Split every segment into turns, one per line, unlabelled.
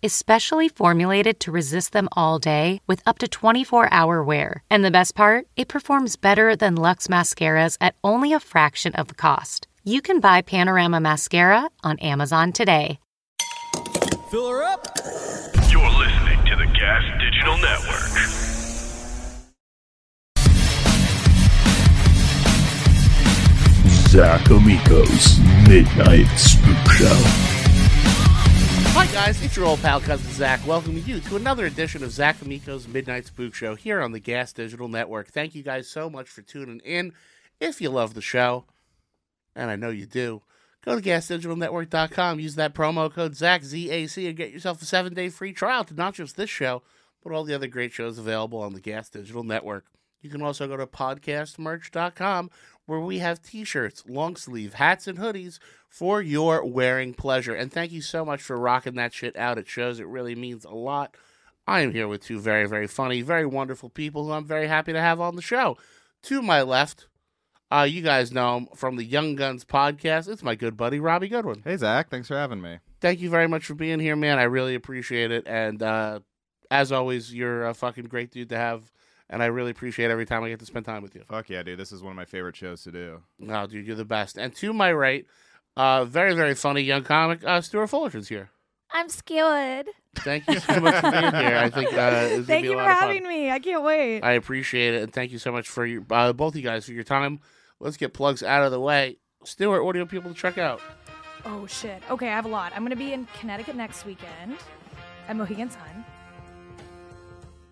is specially formulated to resist them all day with up to 24 hour wear. And the best part, it performs better than Luxe mascaras at only a fraction of the cost. You can buy Panorama Mascara on Amazon today.
Fill her up.
You're listening to the Gas Digital Network.
Zach Amico's Midnight Spook Show.
Hi guys, it's your old pal cousin Zach, welcoming you to another edition of Zach Amico's Midnight Spook Show here on the Gas Digital Network. Thank you guys so much for tuning in. If you love the show, and I know you do, go to gasdigitalnetwork.com, use that promo code Zach ZAC and get yourself a seven day free trial to not just this show, but all the other great shows available on the Gas Digital Network. You can also go to podcastmerch.com where we have t shirts, long sleeve hats, and hoodies for your wearing pleasure. And thank you so much for rocking that shit out at shows. It really means a lot. I am here with two very, very funny, very wonderful people who I'm very happy to have on the show. To my left, uh, you guys know him from the Young Guns podcast. It's my good buddy, Robbie Goodwin.
Hey Zach, thanks for having me.
Thank you very much for being here, man. I really appreciate it. And uh, as always, you're a fucking great dude to have. And I really appreciate every time I get to spend time with you.
Fuck yeah, dude, this is one of my favorite shows to do.
No, dude, you're the best. And to my right, uh, very, very funny young comic, uh, Stuart Fullerton's here.
I'm scared.
Thank you so much for being here. I think uh, it's gonna
Thank
be a
you for
lot of fun.
having me. I can't wait.
I appreciate it, and thank you so much for your, uh, both you guys for your time. Let's get plugs out of the way. Stuart, what do you want people to check out?
oh shit. Okay, I have a lot. I'm gonna be in Connecticut next weekend at Mohegan Sun.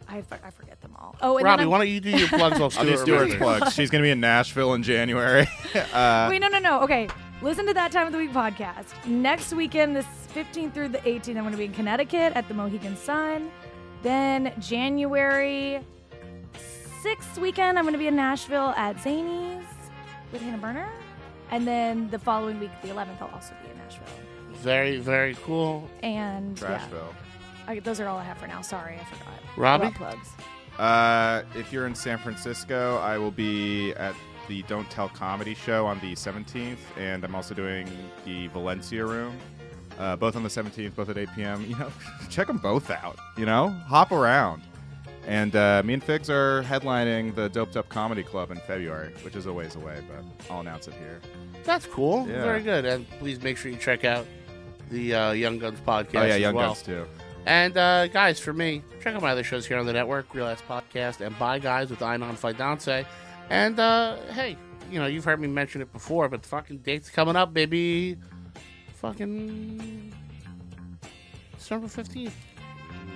I, for- I forget them all. Oh, and
Robbie,
then I'm-
why don't you do your plugs while
I'll
Stuart
do Stuart's
remembers?
plugs. She's gonna be in Nashville in January. uh,
wait, no, no, no. Okay, listen to that time of the week podcast. Next weekend, this 15th through the 18th, I'm gonna be in Connecticut at the Mohegan Sun. Then January 6th weekend, I'm gonna be in Nashville at Zany's with Hannah Berner. And then the following week, the 11th, I'll also be in Nashville.
Very, very cool.
And yeah,
Trashville.
I, those are all I have for now. Sorry, I forgot.
Robbie?
about plugs.
Uh, if you're in San Francisco, I will be at the Don't Tell Comedy Show on the 17th, and I'm also doing the Valencia Room. Uh, both on the 17th, both at 8 p.m. You know, check them both out. You know, hop around. And uh, me and Figs are headlining the Doped Up Comedy Club in February, which is a ways away, but I'll announce it here. Oh,
That's cool.
Yeah.
Very good. And please make sure you check out the uh, Young Guns podcast.
oh yeah,
as
Young
well.
Guns too.
And uh, guys, for me, check out my other shows here on the network, Real Ass Podcast and Bye Guys with Einon Fidance. And uh, hey, you know, you've heard me mention it before, but fucking dates coming up, baby. Fucking December 15th.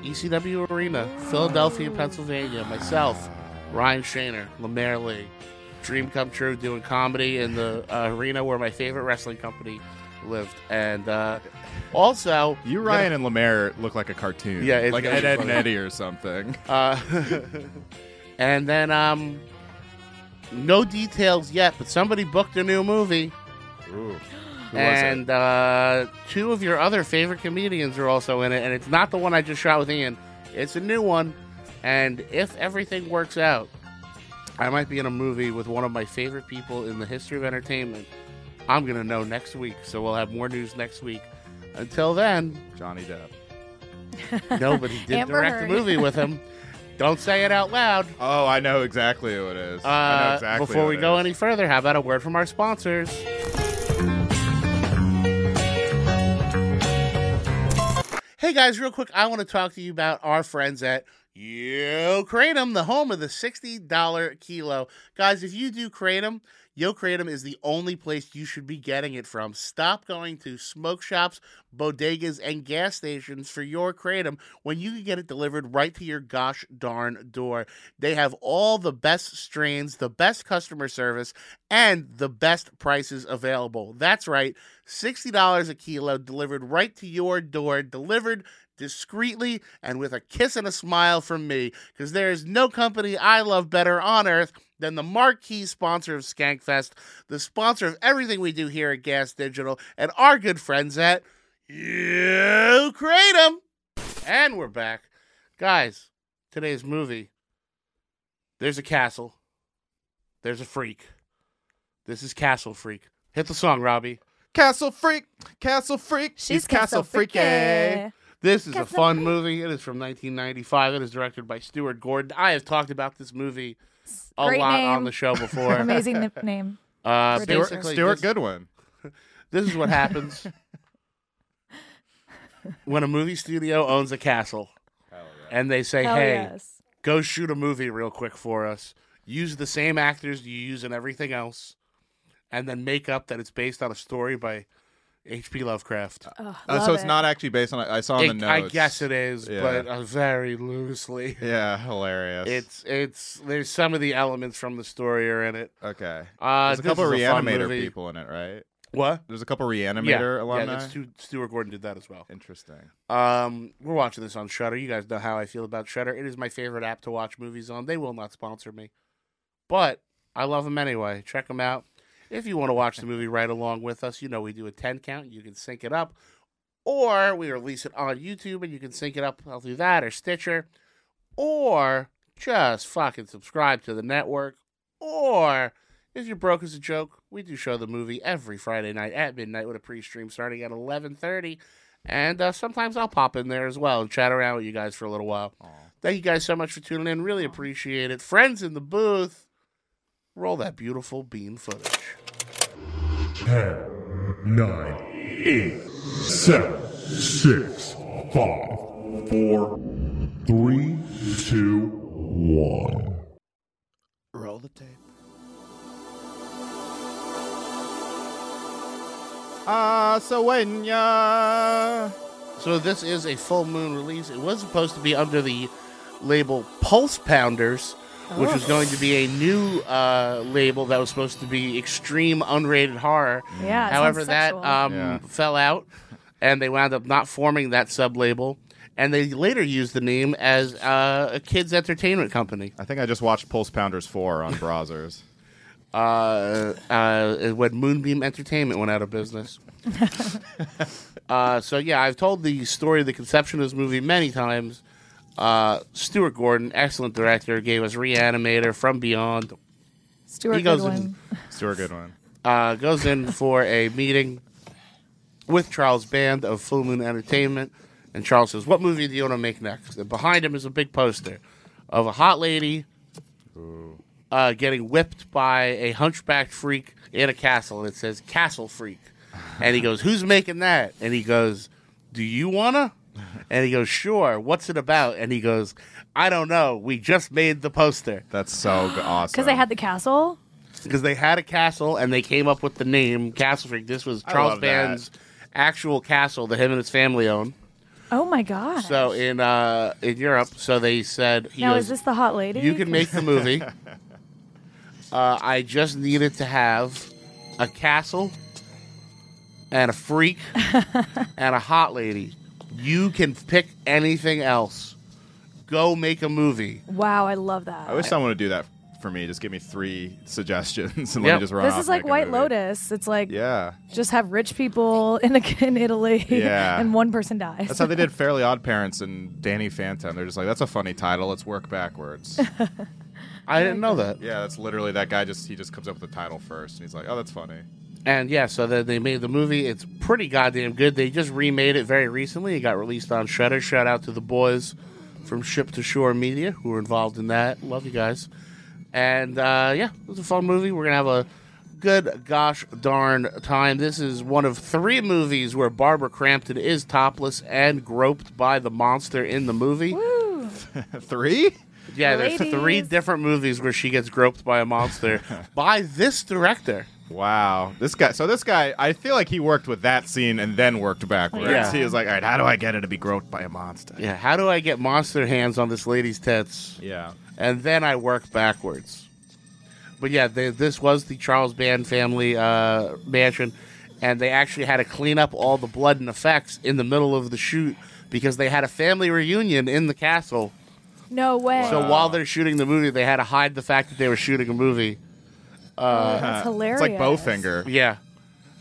ECW Arena, Philadelphia, Pennsylvania. Myself, Ryan Shaner, Lemaire Lee. Dream come true doing comedy in the uh, arena where my favorite wrestling company lived. And uh, also,
You,
gonna-
Ryan, and Lemaire look like a cartoon.
Yeah, it's
like
gonna
Ed,
be
Ed, and
funny.
Eddie or something.
Uh, and then, um, no details yet, but somebody booked a new movie,
Ooh,
and uh, two of your other favorite comedians are also in it, and it's not the one I just shot with Ian. It's a new one, and if everything works out, I might be in a movie with one of my favorite people in the history of entertainment. I'm gonna know next week, so we'll have more news next week. Until then,
Johnny Depp.
no, but he did
Amber
direct a
Heard.
movie with him. Don't say it out loud.
Oh, I know exactly who it is. I know
Uh,
exactly
before
who
we
it
go
is.
any further, how about a word from our sponsors? Hey guys, real quick, I want to talk to you about our friends at Yo Kratom, the home of the $60 kilo. Guys, if you do Kratom, Yo Kratom is the only place you should be getting it from. Stop going to smoke shops, bodegas, and gas stations for your Kratom when you can get it delivered right to your gosh darn door. They have all the best strains, the best customer service, and the best prices available. That's right, $60 a kilo delivered right to your door, delivered discreetly and with a kiss and a smile from me, because there is no company I love better on earth than the marquee sponsor of Skankfest, the sponsor of everything we do here at Gas Digital, and our good friends at You Kratom. And we're back. Guys, today's movie there's a castle, there's a freak. This is Castle Freak. Hit the song, Robbie.
Castle freak, castle freak. He's castle freaky.
This is a
Castle
fun movie. It is from 1995. It is directed by Stuart Gordon. I have talked about this movie a
Great
lot
name.
on the show before.
Amazing n- name.
Uh,
Producer.
Stuart,
basically,
Stuart
this,
Goodwin.
This is what happens when a movie studio owns a castle, and they say,
Hell
"Hey,
yes.
go shoot a movie real quick for us. Use the same actors you use in everything else, and then make up that it's based on a story by H.P. Lovecraft."
Oh,
Uh, so
love
it's
it.
not actually based on. I saw in the
It-
notes.
I guess it is,
Yeah.
but uh, very loosely.
Yeah, hilarious.
It's it's there's some of the elements from the story are in it.
okay.
Uh,
There's a
this
couple
is fun
reanimator
movie.
people in it, right?
What?
There's a couple reanimator
yeah, yeah.
alumni.
That's Stu- Stuart Gordon did that as well.
Interesting.
Um, we're watching this on Shutter. You guys know how I feel about Shutter. It is my favorite app to watch movies on. They will not sponsor me, but I love them anyway. Check them out. If you want to watch the movie right along with us, you know we do a ten count. You can sync it up, or we release it on YouTube, and you can sync it up through that or Stitcher, or just fucking subscribe to the network, or. If you're broke as a joke, we do show the movie every Friday night at midnight with a pre-stream starting at 11:30, and uh, sometimes I'll pop in there as well and chat around with you guys for a little while. Thank you guys so much for tuning in. Really appreciate it. Friends in the booth, roll that beautiful bean footage.
10, 9, 8, 7, 6, 5, 4, 3, 2, 1.
Roll the tape.
Ah, so when ya.
So this is a full moon release. It was supposed to be under the label Pulse Pounders, which
Oh.
was going to be a new uh, label that was supposed to be extreme unrated horror.
Yeah. it sounds
However, that
sexual.
um,
Yeah.
fell out, and they wound up not forming that sub label, and they later used the name as uh, a kids' entertainment company.
I think I just watched Pulse Pounders 4 on browsers.
Uh, uh, when Moonbeam Entertainment went out of business. uh, so yeah, I've told the story of the conception of this movie many times. Uh, Stuart Gordon, excellent director, gave us Reanimator, From Beyond,
Stuart
he goes
Goodwin.
Stuart Goodwin.
uh, goes in for a meeting with Charles Band of Full Moon Entertainment. And Charles says, What movie do you want to make next? And behind him is a big poster of a hot lady uh, getting whipped by a hunchbacked freak in a castle. And it says, Castle Freak. And he goes, Who's making that? And he goes, Do you want to? And he goes, Sure. What's it about? And he goes, I don't know. We just made the poster
That's so g- awesome.
Because they had the castle.
because they had a castle and they came up with the name Castle Freak. This was
I
Charles
love that.
Band's actual castle that him and his family own.
Oh my god.
So in uh, in Europe, so they said, he
now
goes,
is this the hot lady?
"You can make the movie. uh, I just needed to have a castle and a freak and a hot lady. You can pick anything else. Go make a movie."
Wow, I love that.
I wish someone would do that for me. Just give me three suggestions and let
Yep.
me just run
this
off
is
and
like
make a
White
movie.
Lotus. It's like
Yeah.
just have rich people in, a, in Italy,
Yeah.
and one person dies.
That's how they did Fairly Odd Parents and Danny Phantom. They're just like, that's a funny title. Let's work backwards.
I didn't know that.
yeah, that's literally that guy. Just he just comes up with the title first, and he's like, oh, that's funny.
And yeah, so then they made the movie. It's pretty goddamn good. They just remade it very recently. It got released on Shudder. Shout out to the boys from Ship to Shore Media who were involved in that. Love you guys. And uh, yeah, it was a fun movie. We're gonna have a good gosh darn time. This is one of three movies where Barbara Crampton is topless and groped by the monster in the movie.
Three?
Yeah, there's
Ladies.
three different movies where she gets groped by a monster by this director.
Wow. This guy. So this guy, I feel like he worked with that scene and then worked backwards.
Yeah.
He was like, all right, how do I get it to be groped by a monster?
Yeah, how do I get monster hands on this lady's tits?
Yeah.
and then I work backwards. But yeah, they, this was the Charles Band family uh, mansion, and they actually had to clean up all the blood and effects in the middle of the shoot because they had a family reunion in the castle.
No way.
So while they're shooting the movie, they had to hide the fact that they were shooting a movie.
That's hilarious.
uh, It's like Bowfinger.
Yeah,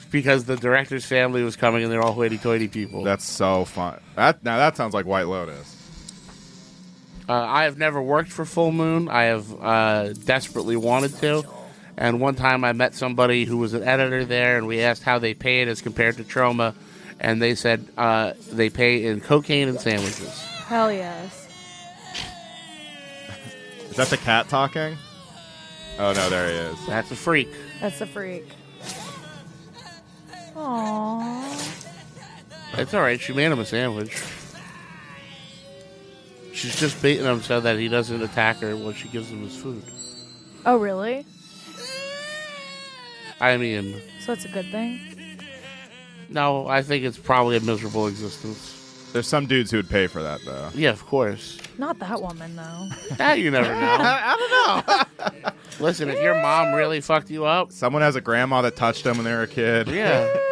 because the director's family was coming and they're all hoity-toity people.
That's so fun. That now that sounds like White Lotus.
Uh, I have never worked for Full Moon. I have uh, desperately wanted to. And one time I met somebody who was an editor there, and we asked how they paid as compared to Troma, and they said uh, they pay in cocaine and sandwiches.
Hell yes.
Is that the cat talking? Oh no, there he is.
That's a freak.
That's a freak. Aww.
It's all right. She made him a sandwich. She's just baiting him so that he doesn't attack her when she gives him his food.
Oh, really?
I mean,
So that's a good thing?
no, I think it's probably a miserable existence.
There's some dudes who would pay for that though.
Yeah, of course.
Not that woman, though.
Now you never know. I, don't know. Listen, if your mom really fucked you up,
Someone has a grandma that touched them when they were a kid.
yeah.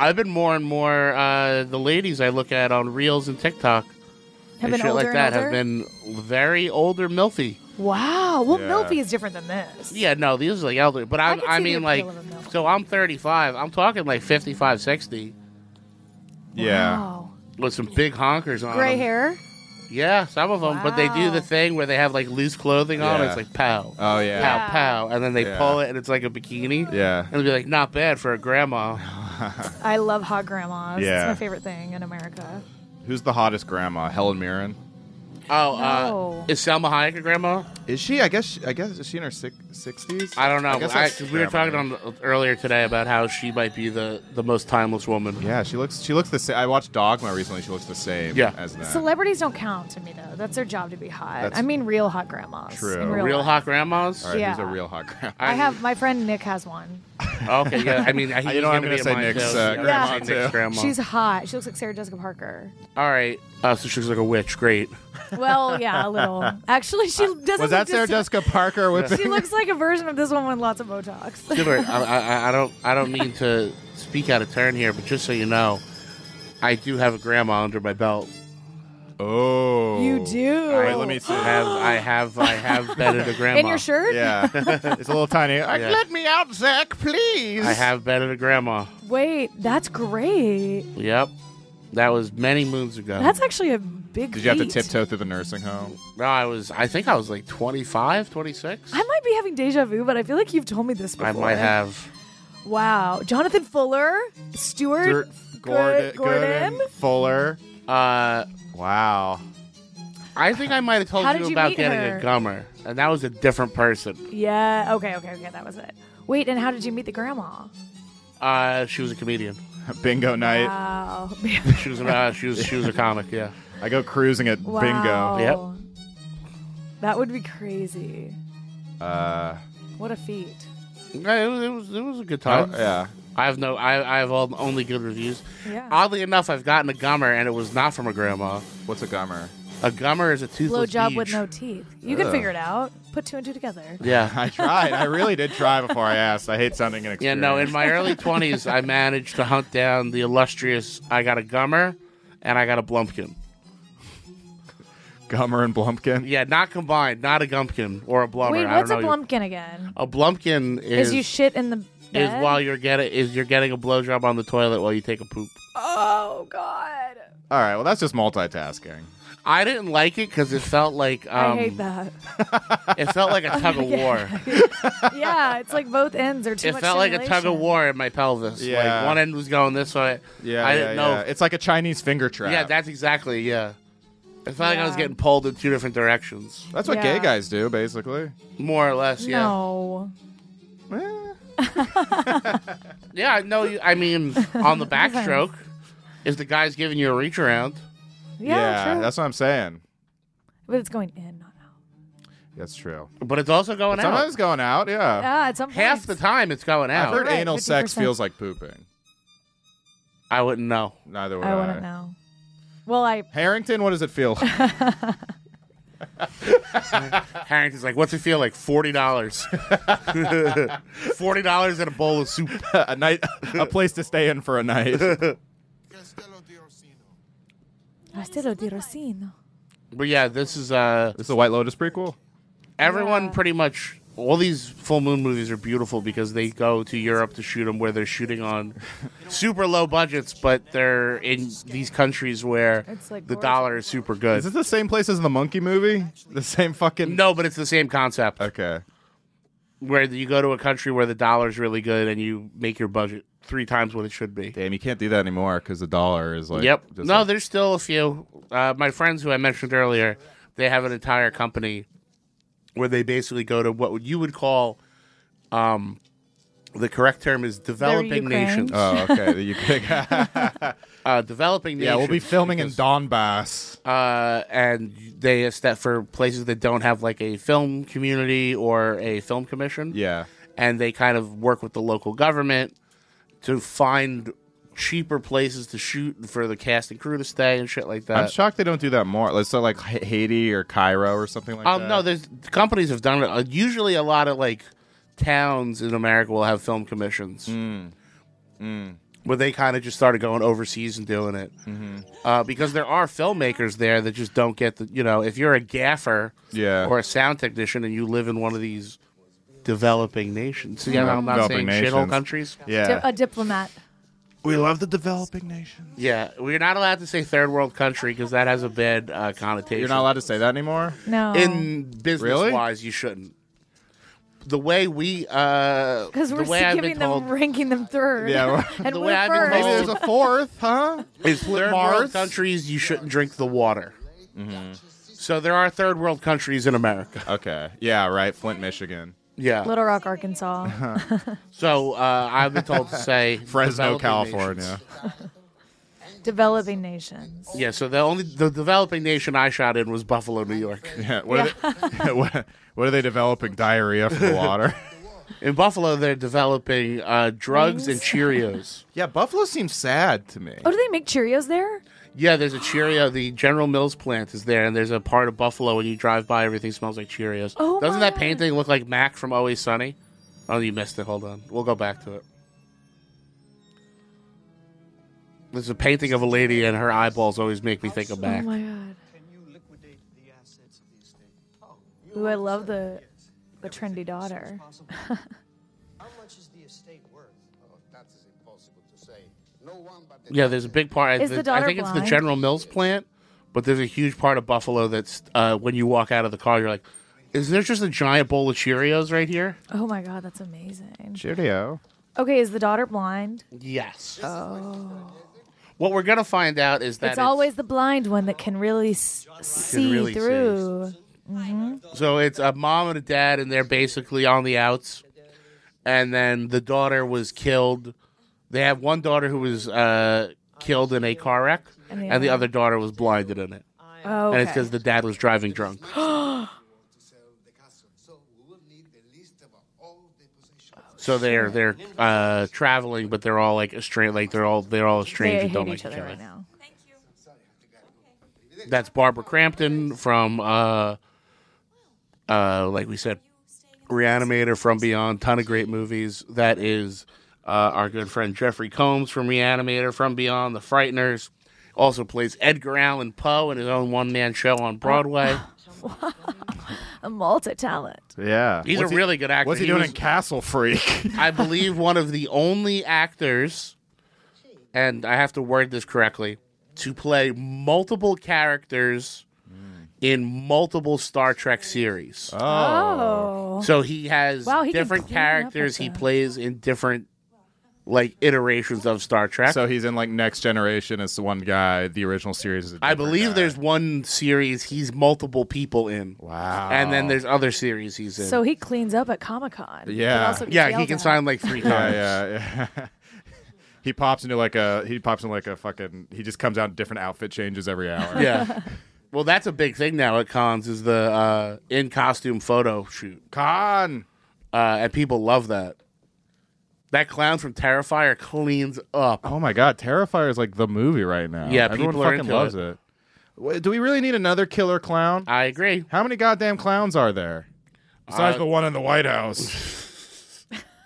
I've been more and more uh, the ladies I look at on reels and TikTok
Have
and
been
shit
older
like that
and older?
have been very older milfy.
Wow. Well,
Yeah.
Milfy is different than this.
Yeah, no, these are like elderly, but
I
I,
could
I,
see the
mean like,
appeal of a milf.
so I'm 35. I'm talking like 55, 60
Yeah.
Wow.
with some big honkers on.
Oh, Gray
Um,
them.
hair?
Yeah, some of them, but they do
Wow.
the thing where they have like loose clothing on.
Yeah.
It's like pow,
Oh
pow,
yeah.
Yeah.
pow, and then they
Yeah.
pull it, and it's like a bikini.
Yeah.
And it'll be like, not bad for a grandma.
I love hot grandmas. It's
Yeah.
my favorite thing in America.
Who's the hottest grandma? Helen Mirren.
Oh,
No.
uh, is Selma Hayek a grandma?
Is she? I guess. She, I guess is she in her sixties?
I don't know.
guess
I-
that's
'cause we were talking
grandma.
on earlier today about how she might be the, the most timeless woman.
Yeah, she looks. She looks the same. I watched Dogma recently. She looks the same.
Yeah.
As that.
Celebrities don't count to me, though. That's their job to be hot.
That's-
I mean, real hot grandmas.
True.
in
Real,
life.
hot grandmas.
All right, who's a
yeah.
real hot grandma?
I have my friend Nick has one.
Okay, yeah. I mean, he's
You know,
gonna
I'm gonna
be
say
mine,
Nick's,
too.
uh,
I'm gonna
grandma,
say Nick's
too.
grandma.
She's hot. She looks like Sarah Jessica Parker.
all right. Uh, so she looks like a witch. Great.
Well, yeah, a little. Actually, she doesn't.
Uh, Was that
look
Sarah
dis-
Jessica Parker with?
She looks like a version of this one with lots of Botox.
Stuart, I, I, I don't, I don't mean to speak out of turn here, but just so you know, I do have a grandma under my belt.
Oh.
You do.
I
Wait, let me see.
have, I have, I have bedded a grandma.
In your shirt?
Yeah. it's a little tiny.
Yeah.
Let me out, Zach, please.
I have bedded a grandma.
Wait, that's great.
Yep, that was many moons ago.
That's actually a big.
Did you have to
feat.
tiptoe through the nursing home?
no, I was, I think I was like 25, 26.
I might be having deja vu, but I feel like you've told me this before.
I might have.
Wow, Jonathan Fuller, Stuart Gor-
Gordon, Fuller.
Uh,
Wow.
I think I might have told
How
you
did you
about
meet
getting
her?
a gummer, and that was a different person.
Yeah. Okay. Okay. Okay. That was it. Wait, and how did you meet the grandma?
Uh, she was a comedian.
Bingo night.
Wow.
She was, an, uh, she was, she was a comic. Yeah.
I go cruising at
wow.
bingo.
Yep. That would be crazy.
Uh,
What a feat.
Yeah, It was, it was it was a good
oh,
time.
yeah.
I have no I I have all, only good reviews.
Yeah.
Oddly enough, I've gotten a gummer and it was not from a grandma.
What's a gummer?
A gummer is a toothless
Blowjob with
beach.
no teeth. You can
Ugh.
figure it out. Put two and two together.
Yeah.
I tried. I really did try before I asked. I hate sounding inexperienced.
Yeah, no, in my early 20s, I managed to hunt down the illustrious I got a gummer and I got a blumpkin.
Gummer and Blumpkin.
Yeah, not combined, not a gumpkin or a blummer.
Wait,
I
what's a
don't know.
blumpkin again?
a blumpkin
Is,
is
you shit in the
is
bed?
while you're getting is you're getting a blowjob on the toilet while you take a poop.
oh God,
All right. Well, that's just multitasking.
I didn't like it because it felt like um,
I hate that.
it felt like a tug of war.
yeah, it's like both ends are too
it
much.
felt like a tug of
stimulation.
war in my pelvis.
Yeah.
Like one end was going this way.
Yeah.
I
yeah,
didn't know.
yeah. It's like a Chinese finger trap.
Yeah, that's exactly. Yeah. It felt like I was
Yeah.
getting pulled in two different directions,
That's what
Yeah.
gay guys do, basically.
more or less. Yeah.
No,
Eh.
Yeah. I know. You, I mean, on the backstroke, if the guy's giving you a reach around,
yeah, true.
that's what I'm saying.
but it's going in, not out.
That's true.
but it's also going
Sometimes
out.
going out, yeah.
Yeah, at some point.
Half the time, it's going
I've
out.
heard
Right,
anal sex
50%.
feels like pooping.
I wouldn't know.
Neither would I.
I wouldn't know. Well, I
Harrington, what does it feel like?
Harrington's like, "What's it feel like? Forty dollars. Forty dollars and a bowl of soup."
a night, a place to stay in for a night.
Rastero di Rossino.
But yeah, this is uh
This is a White Lotus prequel.
everyone
Yeah.
pretty much all these full moon movies are beautiful because they go to Europe to shoot them where they're shooting on super low budgets, but they're in these countries where
It's, like,
the
gorgeous.
dollar is super
Is
good.
it the same place as the Monkey movie? The same fucking.
No, but it's the same concept
Okay.
where you go to a country where the dollar's really good and you make your budget three times what it should be.
Damn, you can't do that anymore because the dollar is like.
yep.
just
No,
like-
there's still a few. Uh, my friends who I mentioned earlier, they have an entire company where they basically go to what you would call, um, the correct term is developing
Ukraine.
nations.
Oh, okay. that you could-
Uh, developing
yeah,
nations.
we'll be filming in Donbass.
uh, and they it's that for places that don't have like a film community or a film commission.
Yeah.
and they kind of work with the local government to find cheaper places to shoot and for the cast and crew to stay and shit like that.
I'm shocked they don't do that more. Let's say like Ha- Haiti or Cairo or something like
Um,
that.
no, there's companies have done it. Uh, Usually, a lot of like towns in America will have film commissions,
Hmm.
where they kind of just started going overseas and doing it,
Mm-hmm.
uh, because there are filmmakers there that just don't get the. You know, if you're a gaffer
Yeah.
or a sound technician and you live in one of these developing nations, see, how I'm not saying
Developing
shithole
nations.
countries.
Yeah.
Di- a diplomat.
We love the developing nations.
Yeah, we're not allowed to say third world country because that has a bad uh, connotation.
You're not allowed to say that anymore.
No.
in business
Really?
wise, you shouldn't. The way we, uh,
because we're
the way I've
giving
been told
them, ranking them third.
Yeah, well-
and
The
we're
way I've been
first.
Maybe there's a fourth, huh?
is third world
Mars?
countries, you shouldn't drink the water.
Mm-hmm.
So there are third world countries in America.
Okay. Yeah. Right. Flint, Michigan.
Yeah.
Little Rock,
Uh-huh.
Arkansas.
So uh, I've been told to say
Fresno,
developing
California.
nations.
Developing nations.
Yeah. So the only the developing nation I shot in was Buffalo, New York.
Yeah. What, Are they, what, what are they developing? Diarrhea from the water.
In Buffalo, they're developing uh, drugs and Cheerios.
yeah. Buffalo seems sad to me.
Oh, do they make Cheerios there?
Yeah, there's a Cheerio. The General Mills plant is there, and there's a part of Buffalo when you drive by, everything smells like Cheerios.
Oh
Doesn't
my.
that painting look like Mac from Always Sunny? Oh, you missed it. Hold on. We'll go back to it. There's a painting of a lady, and her eyeballs always make me think of
Oh
Mac.
my god. Ooh, I love the the trendy daughter.
Oh,
yeah, there's a big part.
Is the
I
daughter
think it's
blind?
the General Mills plant, but there's a huge part of Buffalo that's uh, when you walk out of the car, you're like, is there just a giant bowl of Cheerios right here?
Oh my god, that's amazing.
Cheerio.
Okay, is the daughter blind?
Yes. Oh. What we're gonna find out is that
It's always the blind one that can really s- see
really see.
through.
So it's a mom and a dad, and they're basically on the outs. And then the daughter was killed. They have one daughter who was uh, killed in a car wreck,
And
and
the
the,
other-
other daughter was blinded in it.
Oh,
And it's because
okay.
the dad was driving drunk. Oh, so they're they're uh, traveling, but they're all like estranged. Like they're all they're all estranged
they
and don't
hate
like
each other right now.
That's Barbara Crampton from, uh, uh, like we said, Reanimator from Beyond, ton of great movies. That is uh, our good friend Jeffrey Combs from Reanimator from Beyond, The Frighteners. Also plays Edgar Allan Poe in his own one man show on Broadway.
Oh.
A multi talent.
Yeah.
He's a
What's he-
really good actor.
What's he,
He
doing
was-
in Castle Freak?
I believe one of the only actors, and I have to word this correctly, to play multiple characters
Mm.
in multiple Star Trek series.
Oh.
So he has
Wow, he can
different
clean it up like
characters he
that.
plays in different like iterations of Star Trek.
So he's in like Next Generation as the one guy. The original series. Is a
I
different
believe
guy.
there's one series he's multiple people in.
Wow.
And then there's other series he's in.
So he cleans up at Comic Con.
Yeah.
yeah, he can sign like three times.
yeah, yeah. he pops into like a he pops into like a fucking he just comes out in different outfit changes every hour.
Yeah. Well, that's a big thing now at cons is the uh, in costume photo shoot,
Con.
uh, and people love that. That clown from Terrifier cleans up.
Oh my god, Terrifier is like the movie right now.
Yeah,
everyone
people are
fucking
into
loves
it.
it. Wait, Do we really need another killer clown?
I agree.
How many goddamn clowns are there? Besides
Uh,
the one in the White House.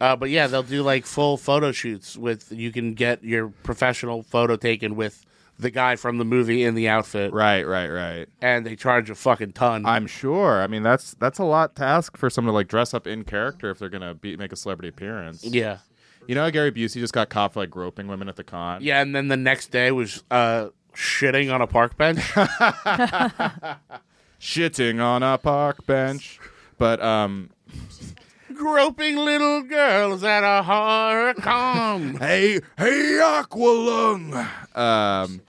Uh, but yeah, they'll do like full photo shoots with you can get your professional photo taken with the guy from the movie in the outfit,
Right, right, right.
and they charge a fucking ton.
I'm sure. I mean, that's that's a lot to ask for someone to like dress up in character if they're gonna be, make a celebrity appearance.
yeah,
You know, how Gary Busey just got caught for like groping women at the con.
yeah, and then the next day was uh, shitting on a park bench.
shitting on a park bench. But um,
groping little girls at a horror con.
hey, hey, Aqualung. Um,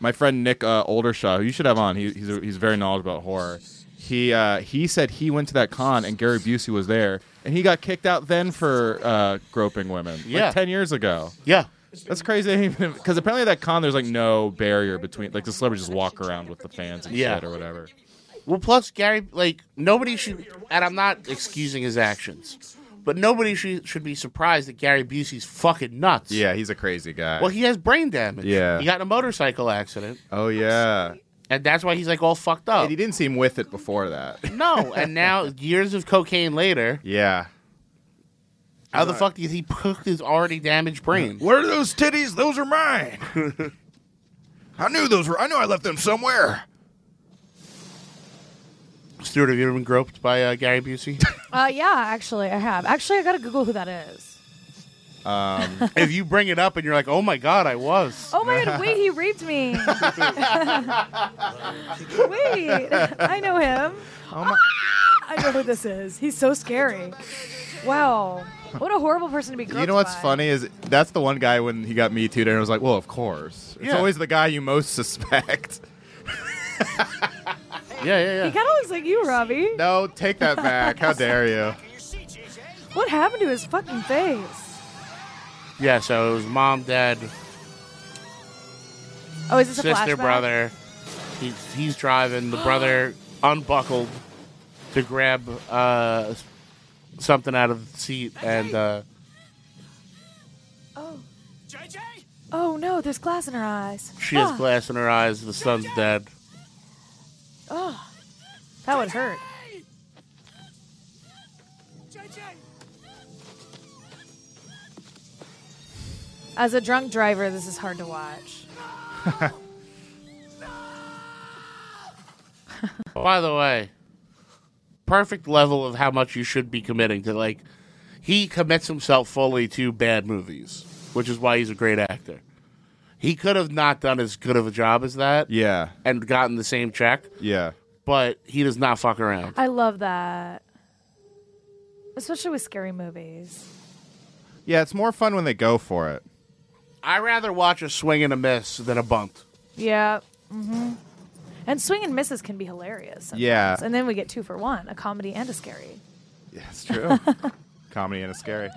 my friend Nick uh, Oldershaw, who you should have on. He, he's he's very knowledgeable about horror. He uh, he said he went to that con and Gary Busey was there, and he got kicked out then for uh, groping women. like,
Yeah.
ten years ago.
yeah,
That's crazy. Because apparently at that con, there's like no barrier between like the celebrities just walk around with the fans and
Yeah.
shit or whatever.
Well, plus Gary, like nobody should, and I'm not excusing his actions, but nobody should should be surprised that Gary Busey's fucking nuts.
he's a crazy guy.
Well, he has brain damage.
Yeah.
He got in a motorcycle accident,
oh yeah.
and that's why he's like all fucked up.
And he didn't seem with it before that.
no, and now years of cocaine later,
Yeah.
how the fuck did he cook his already damaged brain?
What are those titties? Those are mine. I knew those were. I knew I left them somewhere.
Stuart, have you ever been groped by uh, Gary Busey?
Uh, yeah, actually, I have. Actually, I gotta Google who that is.
if you bring it up and you're like, oh my god, I was.
Oh my god, wait, he raped me. wait, I know him. Ah! I know who this is. He's so scary. Wow. What a horrible person to be
you
groped
know what's
by.
funny is that's the one guy when he got me too, and I was like, well, of course. It's
Yeah.
always the guy you most suspect.
Yeah, yeah,
He
yeah.
kind of looks like you, Robbie.
no, take that back. How dare you?
What happened to his fucking face?
Yeah, so it was mom, dad,
Oh, is this a
sister,
flashback?
brother. He's he's driving. The brother unbuckled to grab uh, something out of the seat, and uh,
Oh. Oh no, there's glass in her eyes.
she has
Ah,
glass in her eyes. The son's dead.
Oh, that would hurt. As a drunk driver, this is hard to watch.
Oh. By the way, perfect level of how much you should be committing to. Like, he commits himself fully to bad movies, which is why he's a great actor. He could have not done as good of a job as that
Yeah.
and gotten the same check,
Yeah.
but he does not fuck around.
I love that. Especially with scary movies.
Yeah, it's more fun when they go for it.
I rather watch a swing and a miss than a bunt.
Yeah. hmm And swing and misses can be hilarious. sometimes.
Yeah.
And then we get two for one a comedy and a scary.
Yeah, it's true. Comedy and a scary.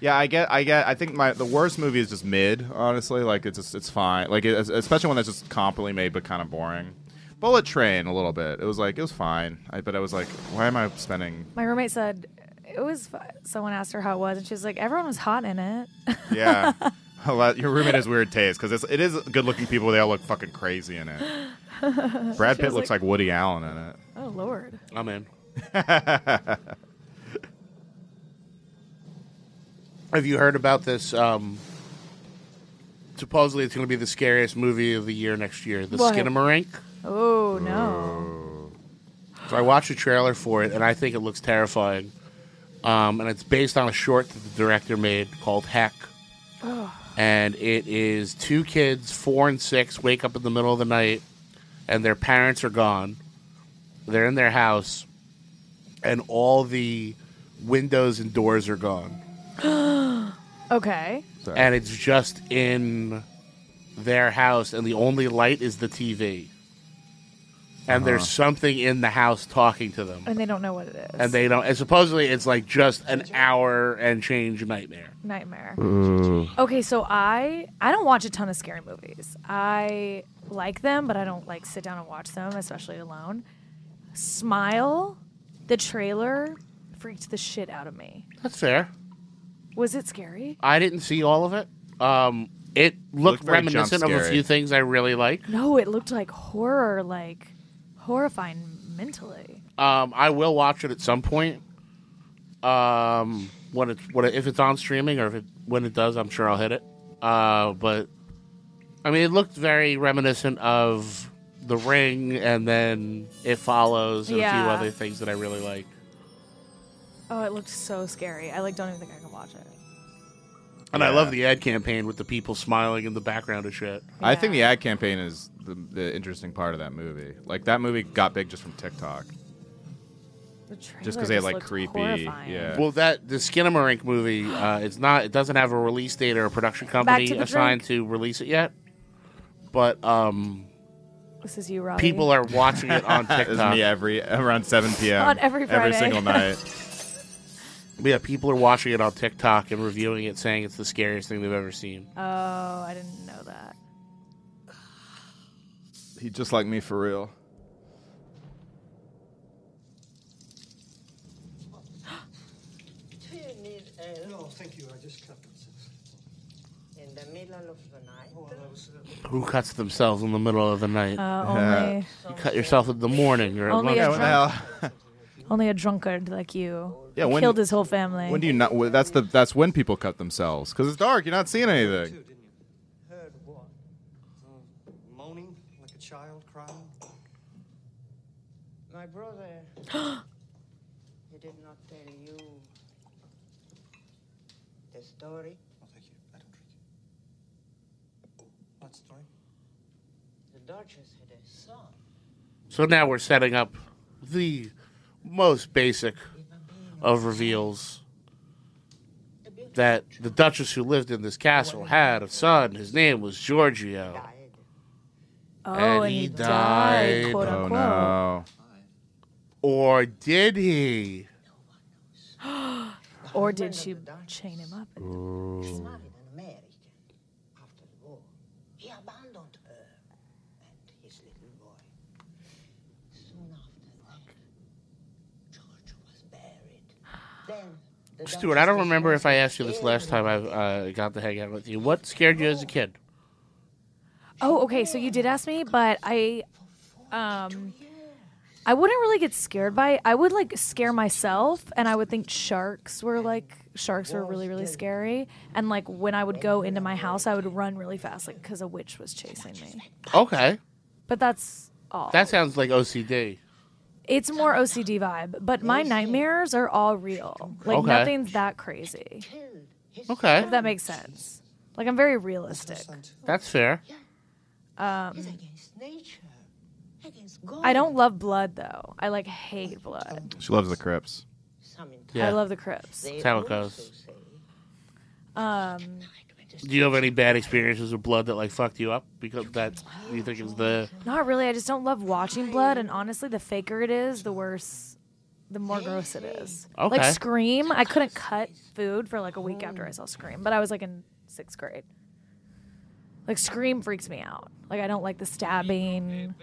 Yeah, I get, I get. I think my the worst movie is just mid. Honestly, like it's just, it's fine. Like it, especially one that's just completely made but kind of boring. Bullet Train a little bit. It was like it was fine, I, but I was like, why am I spending?
My roommate said it was. fi- Someone asked her how it was, and she was like, "Everyone was hot in it."
Yeah, a lot, your roommate has weird taste because it is good looking people. They all look fucking crazy in it. Brad Pitt
was
looks like,
like-
Woody Allen in it.
oh Lord!
I'm in. Have you heard about this? Um, supposedly, it's going to be the scariest movie of the year next year, The
What?
Skinamarink.
Oh no!
So I watched a trailer for it, and I think it looks terrifying. Um, and it's based on a short that the director made called Heck. And it is two kids, four and six, wake up in the middle of the night, and their parents are gone. They're in their house, and all the windows and doors are gone. Mm.
Okay.
And it's just in their house, and the only light is the TV. And there's something in the house talking to them
And they don't know what it is.
and they don't. And supposedly, it's like just an hour and change nightmare.
nightmare.
Mm.
Okay, so I I don't watch a ton of scary movies. I like them, but I don't like sit down and watch them, especially alone. Smile, the trailer freaked the shit out of me.
That's fair.
Was it scary?
I didn't see all of it. Um, it looked,
Looked very
reminiscent of a
jump-scary.
few things I really like.
No, it looked like horror, like horrifying mentally.
Um, I will watch it at some point. Um, when it's when it, if it's on streaming or if it when it does, I'm sure I'll hit it. Uh, but I mean, it looked very reminiscent of The Ring, and then It Follows, and a few
Yeah.
other things that I really like.
Oh, it looked so scary. I like don't even think I can watch it.
And I love the ad campaign with the people smiling in the background and shit.
I think the
Yeah.
ad campaign is the, the interesting part of that movie. Like that movie got big just from TikTok.
The trailer
Just 'cause they had, like,
looked
creepy-
horrifying.
yeah.
Well, that the Skinamarink movie, uh, it's not. It doesn't have a release date or a production company
to the
assigned to release it yet. But um,
This is you, Robbie.
people are watching it on
It's
TikTok.
me every around 7 p.m.
On every Friday.
single night.
Yeah, people are watching it on TikTok and reviewing it, saying it's the scariest thing they've ever seen.
Oh, I didn't know that.
He just like me for real.
Do you need a... No, Oh, thank you. I just cut myself. In the middle of the night? Oh, that was...
Who cuts themselves in the middle of the night?
Uh, only,
you cut yourself in the morning or at
Only
lunch.
a
Yeah, when the hell-
only a drunkard like you
Yeah, when-
killed his whole family.
When do you not? wh- That's the that's when people cut themselves because it's dark. You're not seeing anything.
Heard what? Mm, Moaning like a child crying? My brother... he did not tell you... the story?
No, thank you. I don't drink. What story?
The Duchess had a son.
So now we're setting up the most basic of reveals that the Duchess who lived in this castle had a son. His name was Giorgio.
Died.
oh,
and
and,
he
he, died,
died.
quote
Oh,
Oh
unquote.
no!
Or did he?
Or did she chain him up? and-
Mm.
She married an American. After the war, he abandoned her and his little boy. Soon after that, George was buried. Then. the
Stuart, I don't
Duchess
remember if I asked you this
was
last time I uh, got to hang out with you. What scared you as a kid?
Oh, okay. So you did ask me, but I, um, I wouldn't really get scared by. it. I would like scare myself, and I would think sharks were like sharks were really really scary. And like when I would go into my house, I would run really fast, like because a witch was chasing me.
Okay.
But that's all.
That sounds like OCD.
It's more OCD vibe, but my nightmares are all real. Like
Okay.
nothing's that crazy.
Okay.
If that makes sense. Like I'm very realistic.
That's fair.
Is against nature, against God.
Um, I don't love blood though. I like hate blood.
She loves the Crips.
Some in
Yeah.
I love the Crips.
They
how it
also
goes.
say,
Um,
Do you have any bad experiences with blood that like fucked you up? Because that you think is the
not really. I just don't love watching blood, and honestly, the faker it is, the worse, the more gross it is. Like
Okay.
Scream, I couldn't cut food for like a week after I saw Scream, but I was like in sixth grade. Like Scream freaks me out. Like I don't like the stabbing.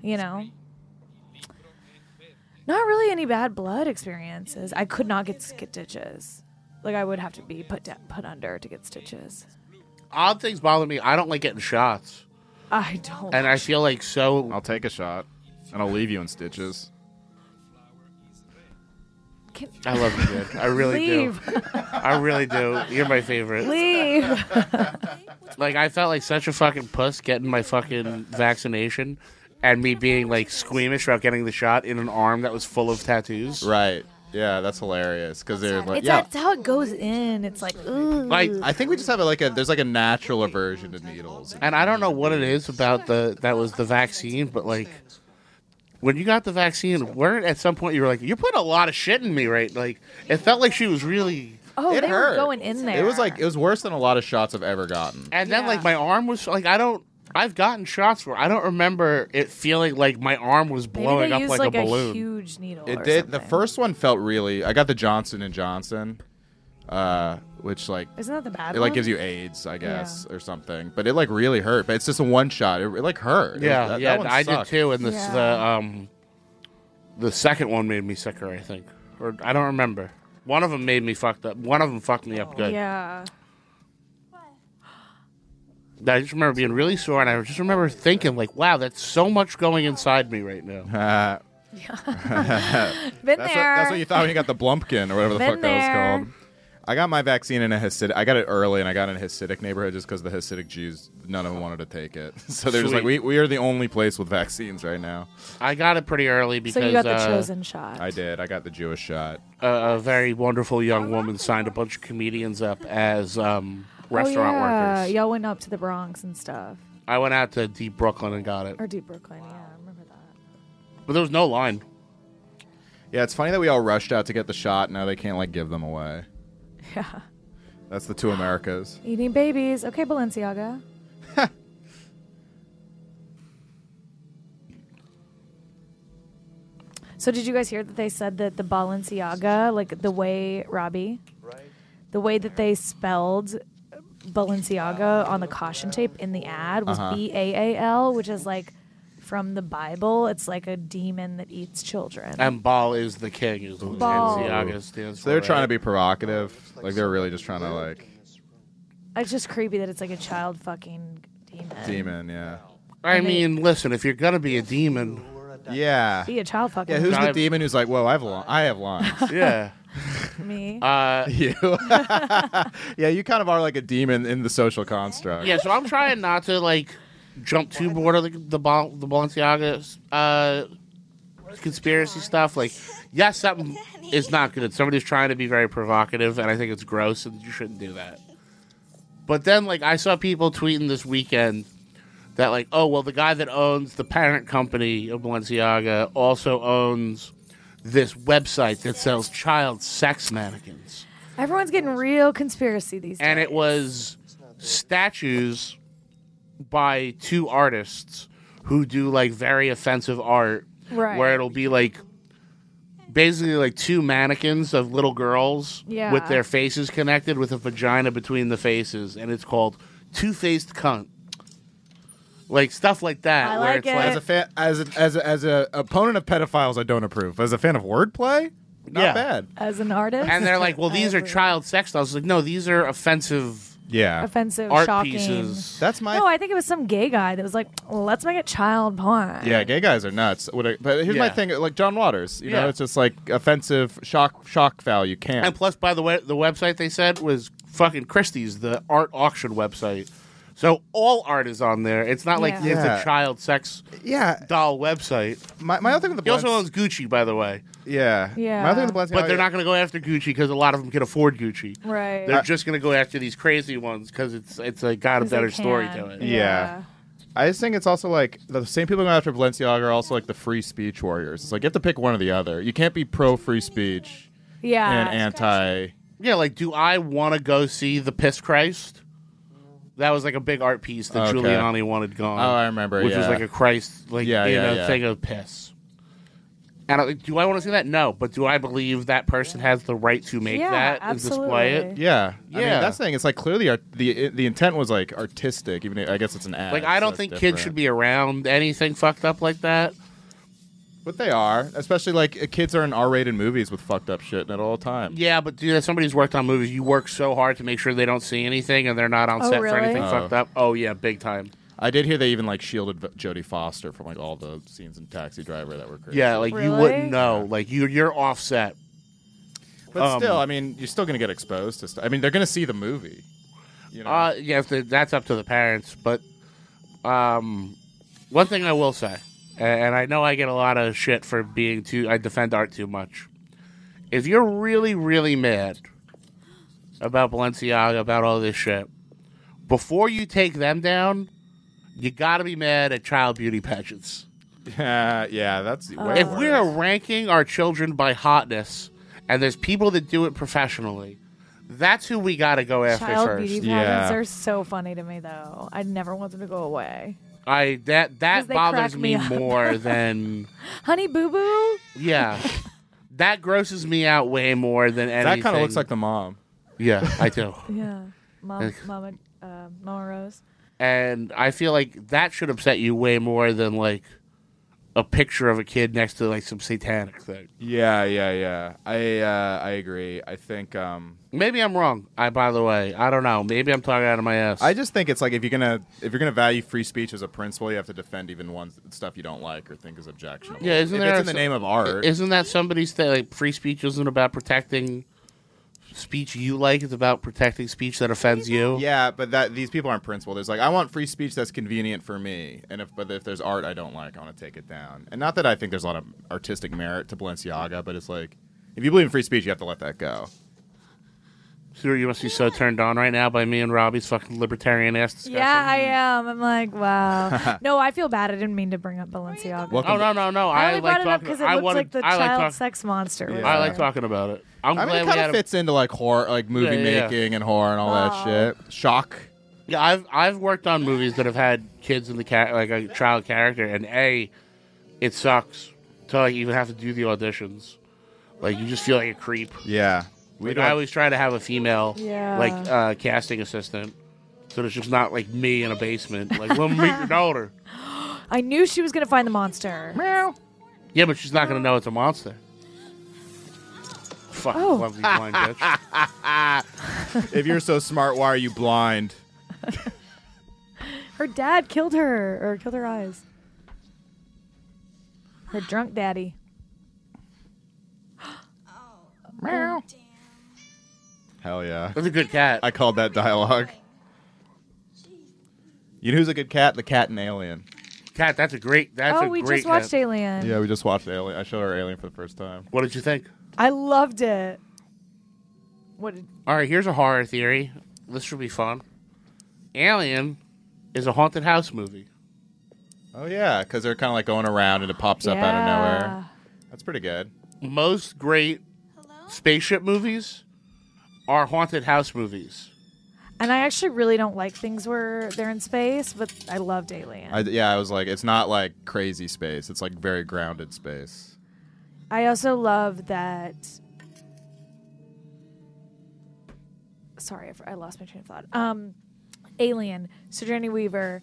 You know. Not really any bad blood experiences. I could not get get stitches. Like I would have to be put down, put under to get stitches.
odd things bother me. I don't like getting shots,
I don't.
and I feel like so.
I'll take a shot, and I'll leave you in stitches.
Can-
I love you, dude. I really
leave,
do. I really do. You're my favorite.
leave.
Like I felt like such a fucking puss getting my fucking vaccination, and me being like squeamish about getting the shot in an arm that was full of tattoos.
Right? Yeah, that's hilarious because they're like,
It's
yeah.
that's how it goes in. It's like, ooh.
Like,
I think we just have a, like a there's like a natural aversion to needles.
and I don't know what it is about the that was the vaccine, but like. When you got the vaccine, weren't at some point you were like, "You're putting a lot of shit in me, right?" Like, it felt like she was really
oh,
it
they
hurt.
were going in there.
It was like it was worse than a lot of shots I've ever gotten.
And then
Yeah.
like my arm was like I don't I've gotten shots where I don't remember it feeling like my arm was
Maybe
blowing
they
up
used
like,
like,
a balloon.
huge needle.
It
or
did. The
something.
first one felt really. I got the Johnson and Johnson, uh, which like
Isn't that the bad?
it like
one?
gives you AIDS, I guess, or something. But it like really hurt. But it's just a one shot. It, it, like hurt. It
yeah,
was- that,
yeah,
that one
I did
sucked.
too. And the
Yeah.
the um the second one made me sicker, I think, or I don't remember. One of them made me fucked up. One of them fucked me up good.
Yeah.
I just remember being really sore, and I just remember thinking like, "Wow, that's so much going inside me right now."
Uh,
Been
that's, what,
there.
that's what you thought when you got the Blumpkin or whatever the
Been
fuck that was
there.
called. I got my vaccine in a Hasidic. I got it early, and I got in a Hasidic neighborhood just because the Hasidic Jews, none of them wanted to take it. So they're just like, we,
Sweet.
we are the only place with vaccines right now.
I got it pretty early because
so you got the
uh,
chosen shot.
I did. I got the Jewish shot.
a, a very wonderful young woman signed a bunch of comedians up as um, restaurant
oh, yeah.
workers.
Y'all went up to the Bronx and stuff,
I went out to deep Brooklyn and got it,
or deep Brooklyn. Yeah, I remember that.
but there was no line.
Yeah, it's funny that we all rushed out to get the shot. Now they can't like give them away.
Yeah,
That's the two Americas.
eating babies. Okay, Balenciaga. so did you guys hear that they said that the Balenciaga, like the way Robbie, the way that they spelled. Balenciaga on the caution tape in the ad was
Uh-huh.
B A A L, which is like from the Bible. It's like a demon that eats children.
And Ball is the king is what
Ball.
Balenciaga stands
So
for.
they're trying to
right?
be provocative. Like they're really just trying to like
It's just creepy that it's like a child fucking demon.
demon. Yeah.
I mean, listen, if you're gonna be a demon,
Yeah.
Be a child fucking.
Yeah. Who's the
Drive-
demon who's like, whoa, I have li- I have lines.
yeah,
me?
uh,
you. yeah, you kind of are like a demon in the social construct.
yeah. So I'm trying not to like jump too board of the the, Bal- the Balenciaga uh, conspiracy stuff. Like, yes, something is not good. Somebody's trying to be very provocative, and I think it's gross, and you shouldn't do that. But then, like, I saw people tweeting this weekend that, like, oh, well, the guy that owns the parent company of Balenciaga also owns this website that sells child sex mannequins.
Everyone's getting real conspiracy these days.
and it was statues by two artists who do like very offensive art
Right.
where it'll be like basically like two mannequins of little girls
Yeah.
with their faces connected with a vagina between the faces and it's called two-faced cunt like stuff like that
I
where
like
it's
it.
like
As a fan, as a, as a, as a opponent of pedophiles, I don't approve. As a fan of wordplay, not
Yeah.
bad.
As an artist,
and they're like well these are
agree.
child sex dolls like no these are offensive
Yeah,
offensive,
art
shocking.
pieces
that's my.
No, I think it was some gay guy that was like, "Let's make it child porn."
yeah, gay guys are nuts. What I, but here's my
Yeah.
thing: like John Waters, you
Yeah.
know, it's just like offensive shock shock value. Can't.
And plus, by the way, the website they said was fucking Christie's, the art auction website. So all art is on there. It's not like
Yeah.
it's
Yeah.
a child sex
yeah,
doll website.
my, my other thing with
He
the
also
Balenciaga.
owns Gucci, by the way.
Oh, Yeah,
Yeah.
My other thing with the
But they're
Balenciaga-
not going to go after Gucci because a lot of them can afford Gucci.
Right.
Uh,
They're just going to go after these crazy ones because it's it's like got a
'Cause they
better story
can.
to it.
Yeah. I just think it's also like the same people going after Balenciaga are also like the free speech warriors. It's like you have to pick one or the other. You can't be pro free speech
Yeah.
and anti.
Yeah, like do I want to go see the Piss Christ? That was like a big art piece that
Okay.
Giuliani wanted gone.
Oh, I remember,
Which was
yeah.
like a Christ, like
Yeah,
in
yeah,
a
yeah.
thing of piss. And I, do I want to see that? No, but do I believe that person has the right to make
Yeah,
that
absolutely.
and display it?
Yeah, I mean,
Yeah.
that's the thing. It's like clearly art, the the intent was like artistic. Even if- I guess it's an ad.
Like
so
I don't
that's
think
different.
kids should be around anything fucked up like that.
but they are. Especially like uh, kids are in R-rated movies with fucked up shit in it all the time.
Yeah, but dude, if somebody's worked on movies, you work so hard to make sure they don't see anything and they're not on
Oh,
set for
really?
anything
Oh.
fucked up. Oh yeah, big time.
I did hear they even like shielded v- Jodie Foster from like all the scenes in Taxi Driver that were crazy.
Yeah, like you
Really?
wouldn't know. Like you, you're offset.
but
um,
still, I mean, you're still gonna get exposed to stuff. I mean, they're gonna see the movie. You know,
Uh, yeah, if the, that's up to the parents. But um, one thing I will say, a- and I know I get a lot of shit for being too, I defend art too much. If you're really, really mad about Balenciaga, about all this shit, before you take them down, you gotta be mad at child beauty pageants.
yeah, yeah, that's way
If
worse.
we are ranking our children by hotness, and there's people that do it professionally, that's who we gotta go after
Child
first.
beauty
Yeah.
pageants are so funny to me, though. I never want them to go away.
I that
'Cause
that
they
bothers
crack
me,
me up.
more than
Honey Boo Boo.
yeah. that grosses me out way more than anything.
that kind of looks like the mom.
yeah, I do.
Yeah. Mom, Mama, uh, Mama Rose.
And I feel like that should upset you way more than like a picture of a kid next to like some satanic thing.
Yeah, yeah, yeah. I uh, I agree. I think um,
Maybe I'm wrong. I by the way, I don't know. Maybe I'm talking out of my ass.
I just think it's like if you're gonna if you're gonna value free speech as a principle, you have to defend even one stuff you don't like or think is objectionable.
Yeah, isn't
if
there
it's in the
some-
name of art?
isn't that somebody's thing? Like free speech isn't about protecting speech you like is about protecting speech that offends you.
Yeah, but that these people aren't principled. There's like I want free speech that's convenient for me, and if but if there's art I don't like, I want to take it down. And not that I think there's a lot of artistic merit to Balenciaga, but it's like if you believe in free speech, you have to let that go.
Sure, you must be so turned on right now by me and Robbie's fucking libertarian ass discussion.
Yeah, I am. I'm like, wow. no, I feel bad. I didn't mean to bring up Balenciaga.
Welcome
Oh no no no!
I
I,
only
like
brought it up
talking.
because it
I
looked
wanted,
like the
I
child
like talk-
sex monster. was
I
there.
like talking about it. I'm
I mean,
glad
it
we
kind
had
of
a-
fits into like horror, like movie
Yeah, yeah.
making and horror and all that shit. Shock.
Yeah, I've I've worked on movies that have had kids in the cat like a child character, and a, it sucks to like even have to do the auditions. Like you just feel like a creep.
Yeah, we
Like,
don't.
I always try to have a female
Yeah.
like uh, casting assistant, so it's just not like me in a basement. Like, well, meet your daughter.
I knew she was gonna find the monster.
Yeah, but she's not gonna know it's a monster. Fuck,
Oh.
clumsy blind bitch.
if you're so smart, why are you blind?
Her dad killed her, or killed her eyes. Her drunk daddy.
Hell yeah.
That's a good cat.
I called that dialogue. You know who's a good cat? The cat in Alien.
cat, that's a great. That's
oh,
a
we
great uh,
just watched
cat.
Alien.
Yeah, we just watched Alien. I showed her Alien for the first time.
What did you think?
I loved it. What? did-
All right, here's a horror theory. This should be fun. Alien is a haunted house movie.
Oh yeah, because they're kind of like going around and it pops up out of nowhere. That's pretty good.
Most great spaceship movies are haunted house movies.
And I actually really don't like things where they're in space, but I loved Alien.
I, yeah, I was like, it's not like crazy space. It's like very grounded space.
I also love that. Sorry, I f- I lost my train of thought. Um, Alien, Sigourney Weaver.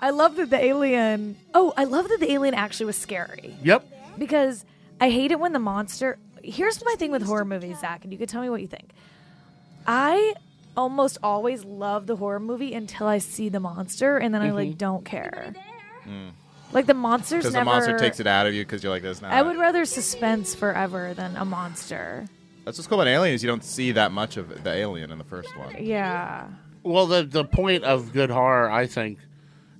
I love that the alien. Oh, I love that the alien actually was scary
Yep.
because I hate it when the monster. Here's my thing with horror movies, Zach, and you can tell me what you think. I almost always love the horror movie until I see the monster, and then I like don't care. Like the monster's
Mm-hmm. Mm. Because
never.
the monster takes it out of you because you're like, that's not.
I would rather suspense forever than a monster.
That's what's cool about Alien is you don't see that much of the alien in the first one.
Yeah.
Well, the the point of good horror, I think,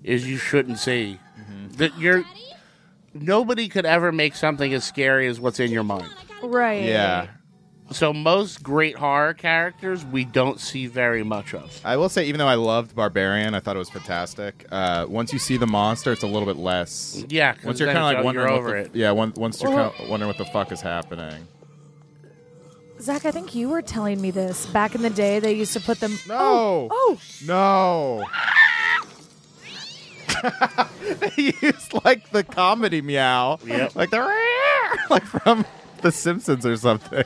is you shouldn't see that you're. Nobody could ever make something as scary as what's in your mind.
Right.
Yeah.
So most great horror characters we don't see very much of.
I will say, even though I loved Barbarian, I thought it was fantastic. Uh, once you see the monster, it's a little bit less.
Yeah, 'cause
once you're
then
kind of
it's- oh,
like wondering
you're
what
over
the-
it.
Yeah, one, once you're
Well-
kinda wondering what the fuck is happening.
Zach, I think you were telling me this back in the day. They used to put them.
No.
Oh. oh.
No. they used like the comedy meow,
Yep.
like the "Rrrr," like from The Simpsons or something.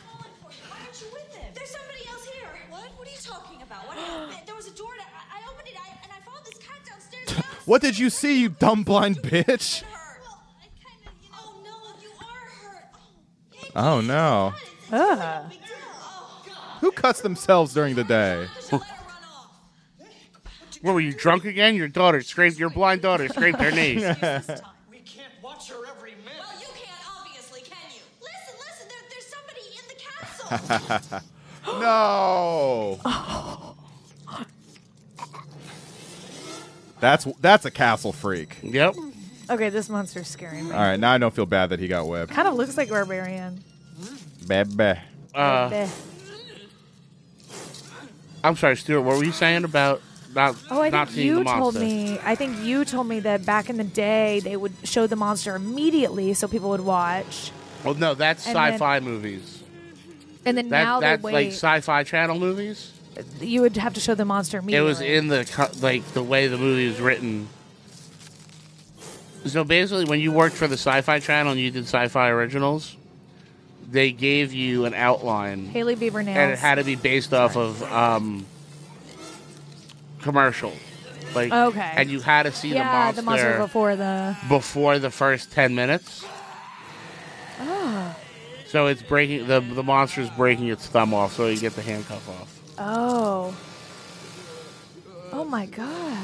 There's somebody else here. What? What are you talking about? What happened? There was a door. And I, I opened it. I, and I found this cat downstairs. and I was
What did you see, you dumb blind bitch?
hurt. Well, I kind of. You know, oh no, you are hurt. Oh, hey,
Oh no.
it's
Ugh.
big deal. Oh God.
Who cuts themselves during the day?
Just let her run off.
What were you drunk again? Your daughter scraped your blind daughter scraped her knee.
We can't watch her every minute.
Well, you can't obviously, can you? Listen, listen. There, there's somebody in the castle.
No. That's that's a castle freak.
Yep.
Okay, this monster's scaring me.
All right, now I don't feel bad that he got whipped.
Kind of looks like barbarian.
Baby.
Uh,
Bleh.
I'm sorry, Stuart. What were you saying about not
Oh, I
not
think
seeing the
you
monster?
told me. I think you told me that back in the day they would show the monster immediately so people would watch,
Well, no, that's
And then-
sci-fi movies.
and then
That
now they
that's like
wait.
sci-fi channel movies.
you would have to show the monster
It
immediately.
was in the co- like the way the movie was written. So basically, when you worked for the Sci-Fi Channel and you did Sci-Fi Originals, they gave you an outline,
Haley Bieber nails.
and it had to be based off of um, commercial, like
Okay.
and you had to see
yeah,
the monster,
the monster before the.
before the first 10 minutes.
Ah.
So it's breaking the the monster's breaking its thumb off so you get the handcuff off.
Oh. Oh my god.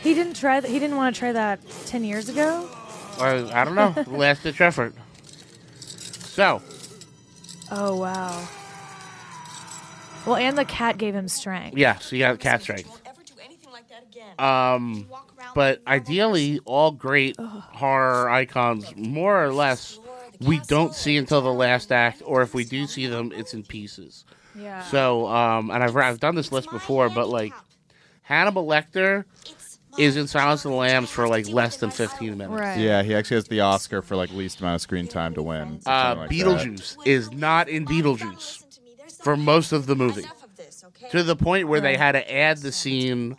He didn't try. Th- he didn't want to try that ten years ago.
I, I don't know. Last ditch effort. So,
Oh wow. Well, and the cat gave him strength.
yeah, so you got cat strength.
Won't ever do anything like that again.
Um, but ideally, all great horror icons, more or less, we don't see until the last act, or if we do see them, it's in pieces.
Yeah.
So, um, and I've I've done this list before, but like Hannibal Lecter is in Silence of the Lambs for like less than 15 minutes.
right.
Yeah, he actually has the Oscar for like least amount of screen time to win. or
Uh,
something like that.
Beetlejuice is not in Beetlejuice for most of the movie,
Enough of this, okay?
to the point where they had to add the scene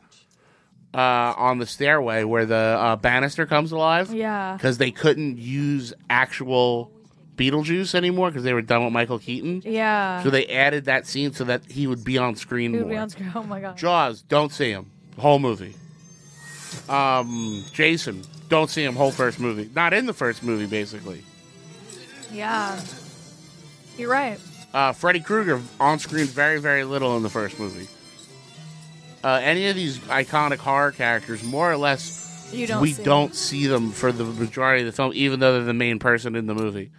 uh, on the stairway where the uh, banister comes alive.
Yeah.
because they couldn't use actual Beetlejuice anymore because they were done with Michael Keaton.
Yeah.
So they added that scene so that he would be on screen
Dude,
more.
Beyonce- oh my god.
Jaws, don't see him. Whole movie. Um, Jason, don't see him. Whole first movie. Not in the first movie, basically.
Yeah. You're right.
Uh, Freddy Krueger on screen very, very little in the first movie. Uh, any of these iconic horror characters, more or less,
You don't.
we
see.
don't see them for the majority of the film, even though they're the main person in the movie.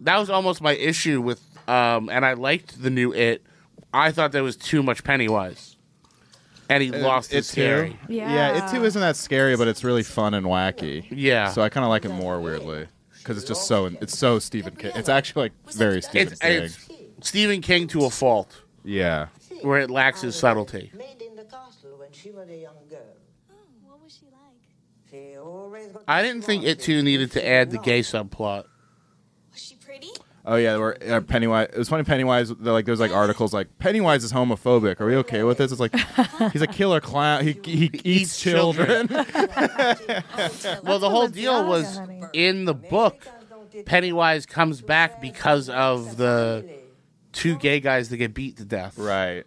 That was almost my issue with, um, and I liked the new It. I thought there was too much Pennywise, and he
And
lost his scary.
Too. Yeah. it too
Yeah.
isn't that scary, but it's really fun and wacky.
Yeah.
So I kind of like it more weirdly because it's just so it's so Stephen King. It's actually like very Stephen
It's,
King.
it's Stephen King to a fault,
yeah.
where it lacks his subtlety.
Made in the castle when she was a young girl.
What was she like?
She always got
I didn't think It too needed to add the gay subplot.
Was she pretty?
Oh yeah, where uh, Pennywise. It was funny. Pennywise. they're Like there was like articles like Pennywise is homophobic. Are we okay with this? It's like he's a killer clown. He he, eats children.
Well, the whole deal
Balenciaga,
was
honey.
in the book. Pennywise comes back because of the two gay guys that get beat to death.
right.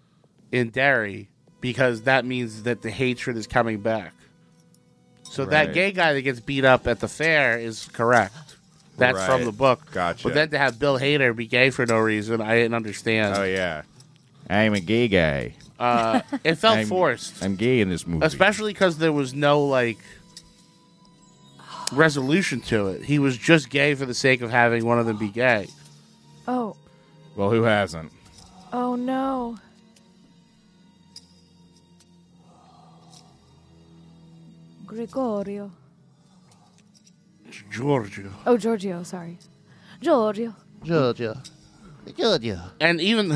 in Derry because that means that the hatred is coming back. So that
Right.
gay guy that gets beat up at the fair is correct. That's from
Right.
the book.
Gotcha.
But then to have Bill Hader be gay for no reason, I didn't understand.
Oh yeah. I'm a gay guy.
uh, it felt
I'm-
forced,
I'm gay in this movie.
especially because there was no like resolution to it. He was just gay for the sake of having one of them be gay.
Oh.
Well, who hasn't?
Oh no. Gregorio.
Giorgio.
Oh, Giorgio. Sorry. Giorgio.
Giorgio. Giorgio.
And even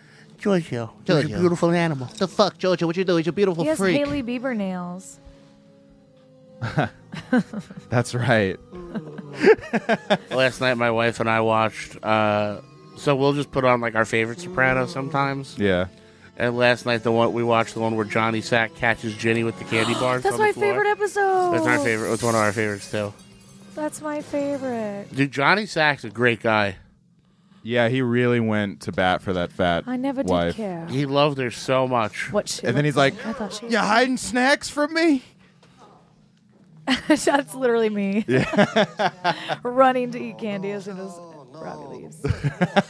Giorgio, he's a
Giorgio.
beautiful animal.
The fuck, Giorgio? What you doing? He's a beautiful
he has
freak.
Haley Bieber nails.
That's right.
Last night, my wife and I watched. Uh, so we'll just put on like our favorite Sopranos sometimes.
Yeah.
And last night, the one we watched the one where Johnny Sack catches Ginny with the candy bars.
That's
on the
my
floor.
favorite episode.
That's our favorite. It's one of our favorites too.
That's my favorite.
Dude, Johnny Sack's a great guy.
Yeah, he really went to bat for that fat
I never did
wife.
care.
He loved her so much.
What she,
And then he's like,
I thought she.
"You hiding snacks from me?"
That's literally me. Running to eat candy as soon as Robbie leaves.
Oh,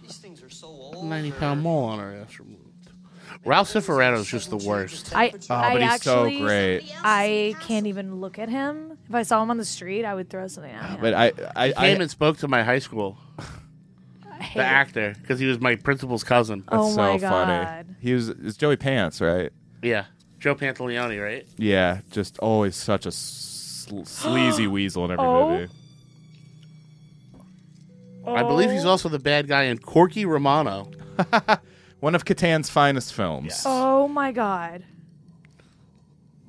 These things are so old.
Ninety pound mole on her ass removed. Ralph Cifarano's just the worst.
I,
Oh,
I
but he's
actually,
so great.
I can't even look at him. If I saw him on the street, I would throw something at him.
Ah, But I, I, I
Came and spoke to my high school,
I hate
the actor, because he was my principal's cousin.
Oh
so
my
funny.
God.
He was it's Joey Pants, right?
Yeah, Joe Pantaleone, right?
Yeah, just always such a sl- sleazy weasel in every
Oh.
movie.
I believe he's also the bad guy in Corky Romano.
One of Catan's finest films.
Oh my god.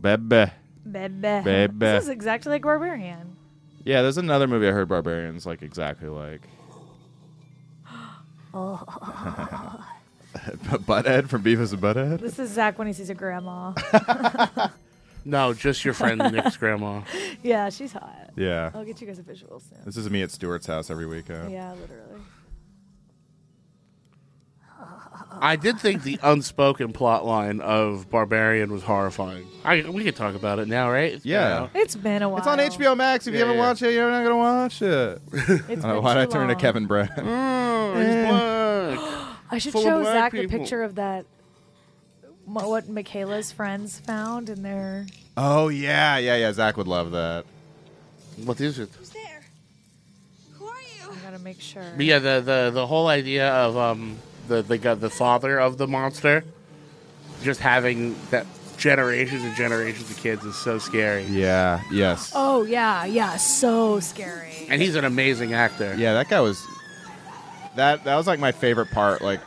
Bebe.
Bebe.
Bebe.
This is exactly like Barbarian.
Yeah, there's another movie I heard Barbarians like exactly like. Butthead from Beavis and Butthead.
This is Zach when he sees a grandma.
No, just your friend Nick's grandma.
yeah, she's hot.
Yeah.
I'll get you guys a visual soon.
This is me at Stuart's house every weekend.
Yeah, literally.
I did think the unspoken plot line of Barbarian was horrifying. I, we could talk about it now, right? It's been
Yeah.
out.
It's been a while.
It's on HBO Max. If you
Yeah,
haven't
yeah.
watched it, you're not gonna watch it.
It's
I don't know,
been
why'd
too
I turn to
long. Mm-hmm.
Kevin Brand?
Oh, he's black.
I should
full of
show
black
Zach a
people.
picture of that. m- What Michaela's friends found in their.
oh yeah, yeah, yeah. Zach would love that.
What is it?
Who's there?
to make sure.
But yeah, the, the the whole idea of um the the gu- the father of the monster, just having that generations and generations of kids is so scary.
Yeah. Yes.
Oh yeah, yeah, so scary.
And he's an amazing actor.
Yeah, that guy was. That that was like my favorite part. Like,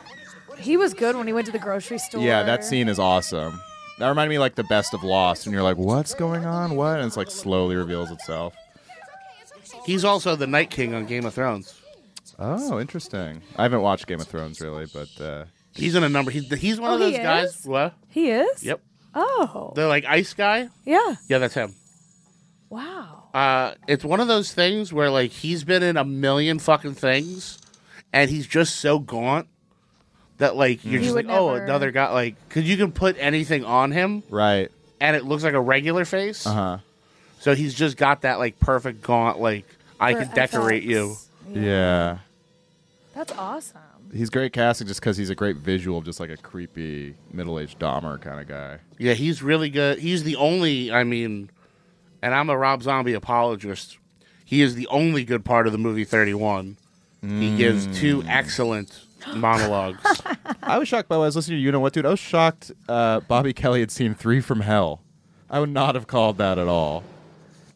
He was good when he went to the grocery store.
yeah, that scene is awesome. That reminded me like the best of Lost, and you're like, what's going on? What? And it's like slowly reveals itself.
He's also the Night King on Game of Thrones.
Oh, interesting. I haven't watched Game of Thrones really, but uh,
He's in a number. He's he's one
Oh,
of those
he
guys.
is?
What?
He is.
Yep.
Oh.
The like ice guy.
Yeah.
Yeah, that's him.
Wow.
Uh, it's one of those things where like he's been in a million fucking things, and he's just so gaunt that like you're
Mm-hmm. You
just like
would
oh
never-
another guy like because you can put anything on him
right.
and it looks like a regular face.
Uh huh.
So he's just got that like perfect gaunt like I
For
can decorate you.
effects.
yeah.
That's awesome.
He's great casting just because he's a great visual, just like a creepy middle aged Dahmer kind of guy.
Yeah, he's really good. He's the only, I mean, and I'm a Rob Zombie apologist. He is the only good part of the movie 31. He gives two excellent monologues.
I was shocked by what I was listening to. You know what, dude? I was shocked uh, Bobby Kelly had seen Three from Hell. I would not have called that at all.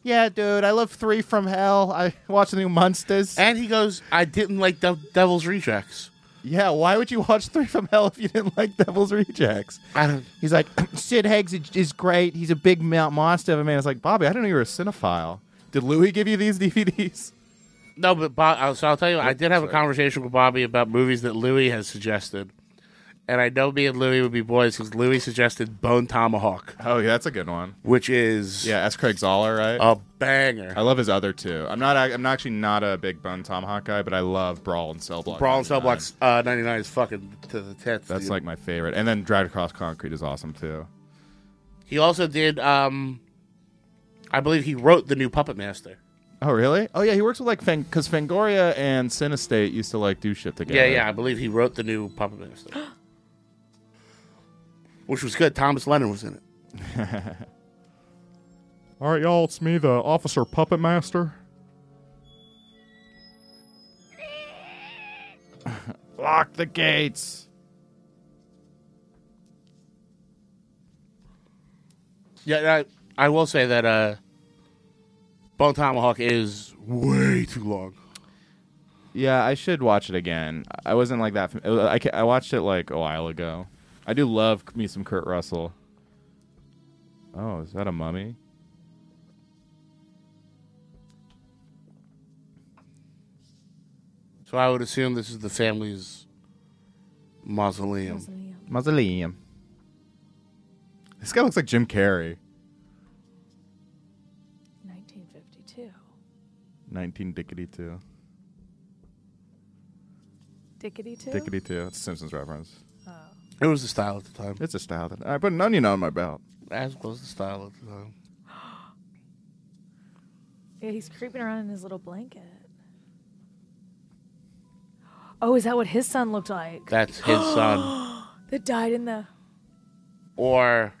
Yeah, dude, I love Three from Hell. I watch the new Monsters.
and he goes, I didn't like De- Devil's Rejects.
yeah, why would you watch Three from Hell if you didn't like Devil's Rejects?
I don't,
He's like, Sid Higgs is- is great. He's a big mount monster of a man. It's like, Bobby, I didn't know you were a cinephile. Did Louis give you these DVDs?
no, but Bob, uh, so I'll tell you, I did have a conversation with Bobby about movies that Louis has suggested. And I know me and Louis would be boys because Louis suggested Bone Tomahawk,
Oh, yeah, that's a good one.
which is
Yeah, that's Craig Zoller, right?
a banger.
I love his other two. I'm not. I'm actually not a big Bone Tomahawk guy, but I love Brawl and Cell Block.
Brawl and Cell
99.
Block uh, 99 is fucking to the tits.
That's
dude.
like my favorite. And then Dragged Across Concrete is awesome too.
He also did, um, I believe he wrote the new Puppet Master.
Oh really? Oh yeah, he works with like Fang because Fangoria and Cinestate used to like do shit together.
Yeah, yeah, I believe he wrote the new Puppet Master. Which was good. Thomas Lennon was in it.
All right, y'all. It's me, the Officer Puppet Master. Lock the gates.
Yeah, and I, I will say that uh, Bone Tomahawk is way too long.
Yeah, I should watch it again. I wasn't like that. fam- I ca- I watched it like a while ago. I do love me some Kurt Russell. Oh, is that a mummy?
So I would assume this is the family's mausoleum.
Mausoleum. This guy looks like Jim Carrey.
1952.
19 Dickety 2.
Dickety two.
Dickety 2. It's a Simpsons reference.
It was the style at the time.
It's a style that I put an onion on my belt.
As was the style at the time.
Yeah, he's creeping around in his little blanket. Oh, is that what his son looked like?
That's his son.
That died in the.
or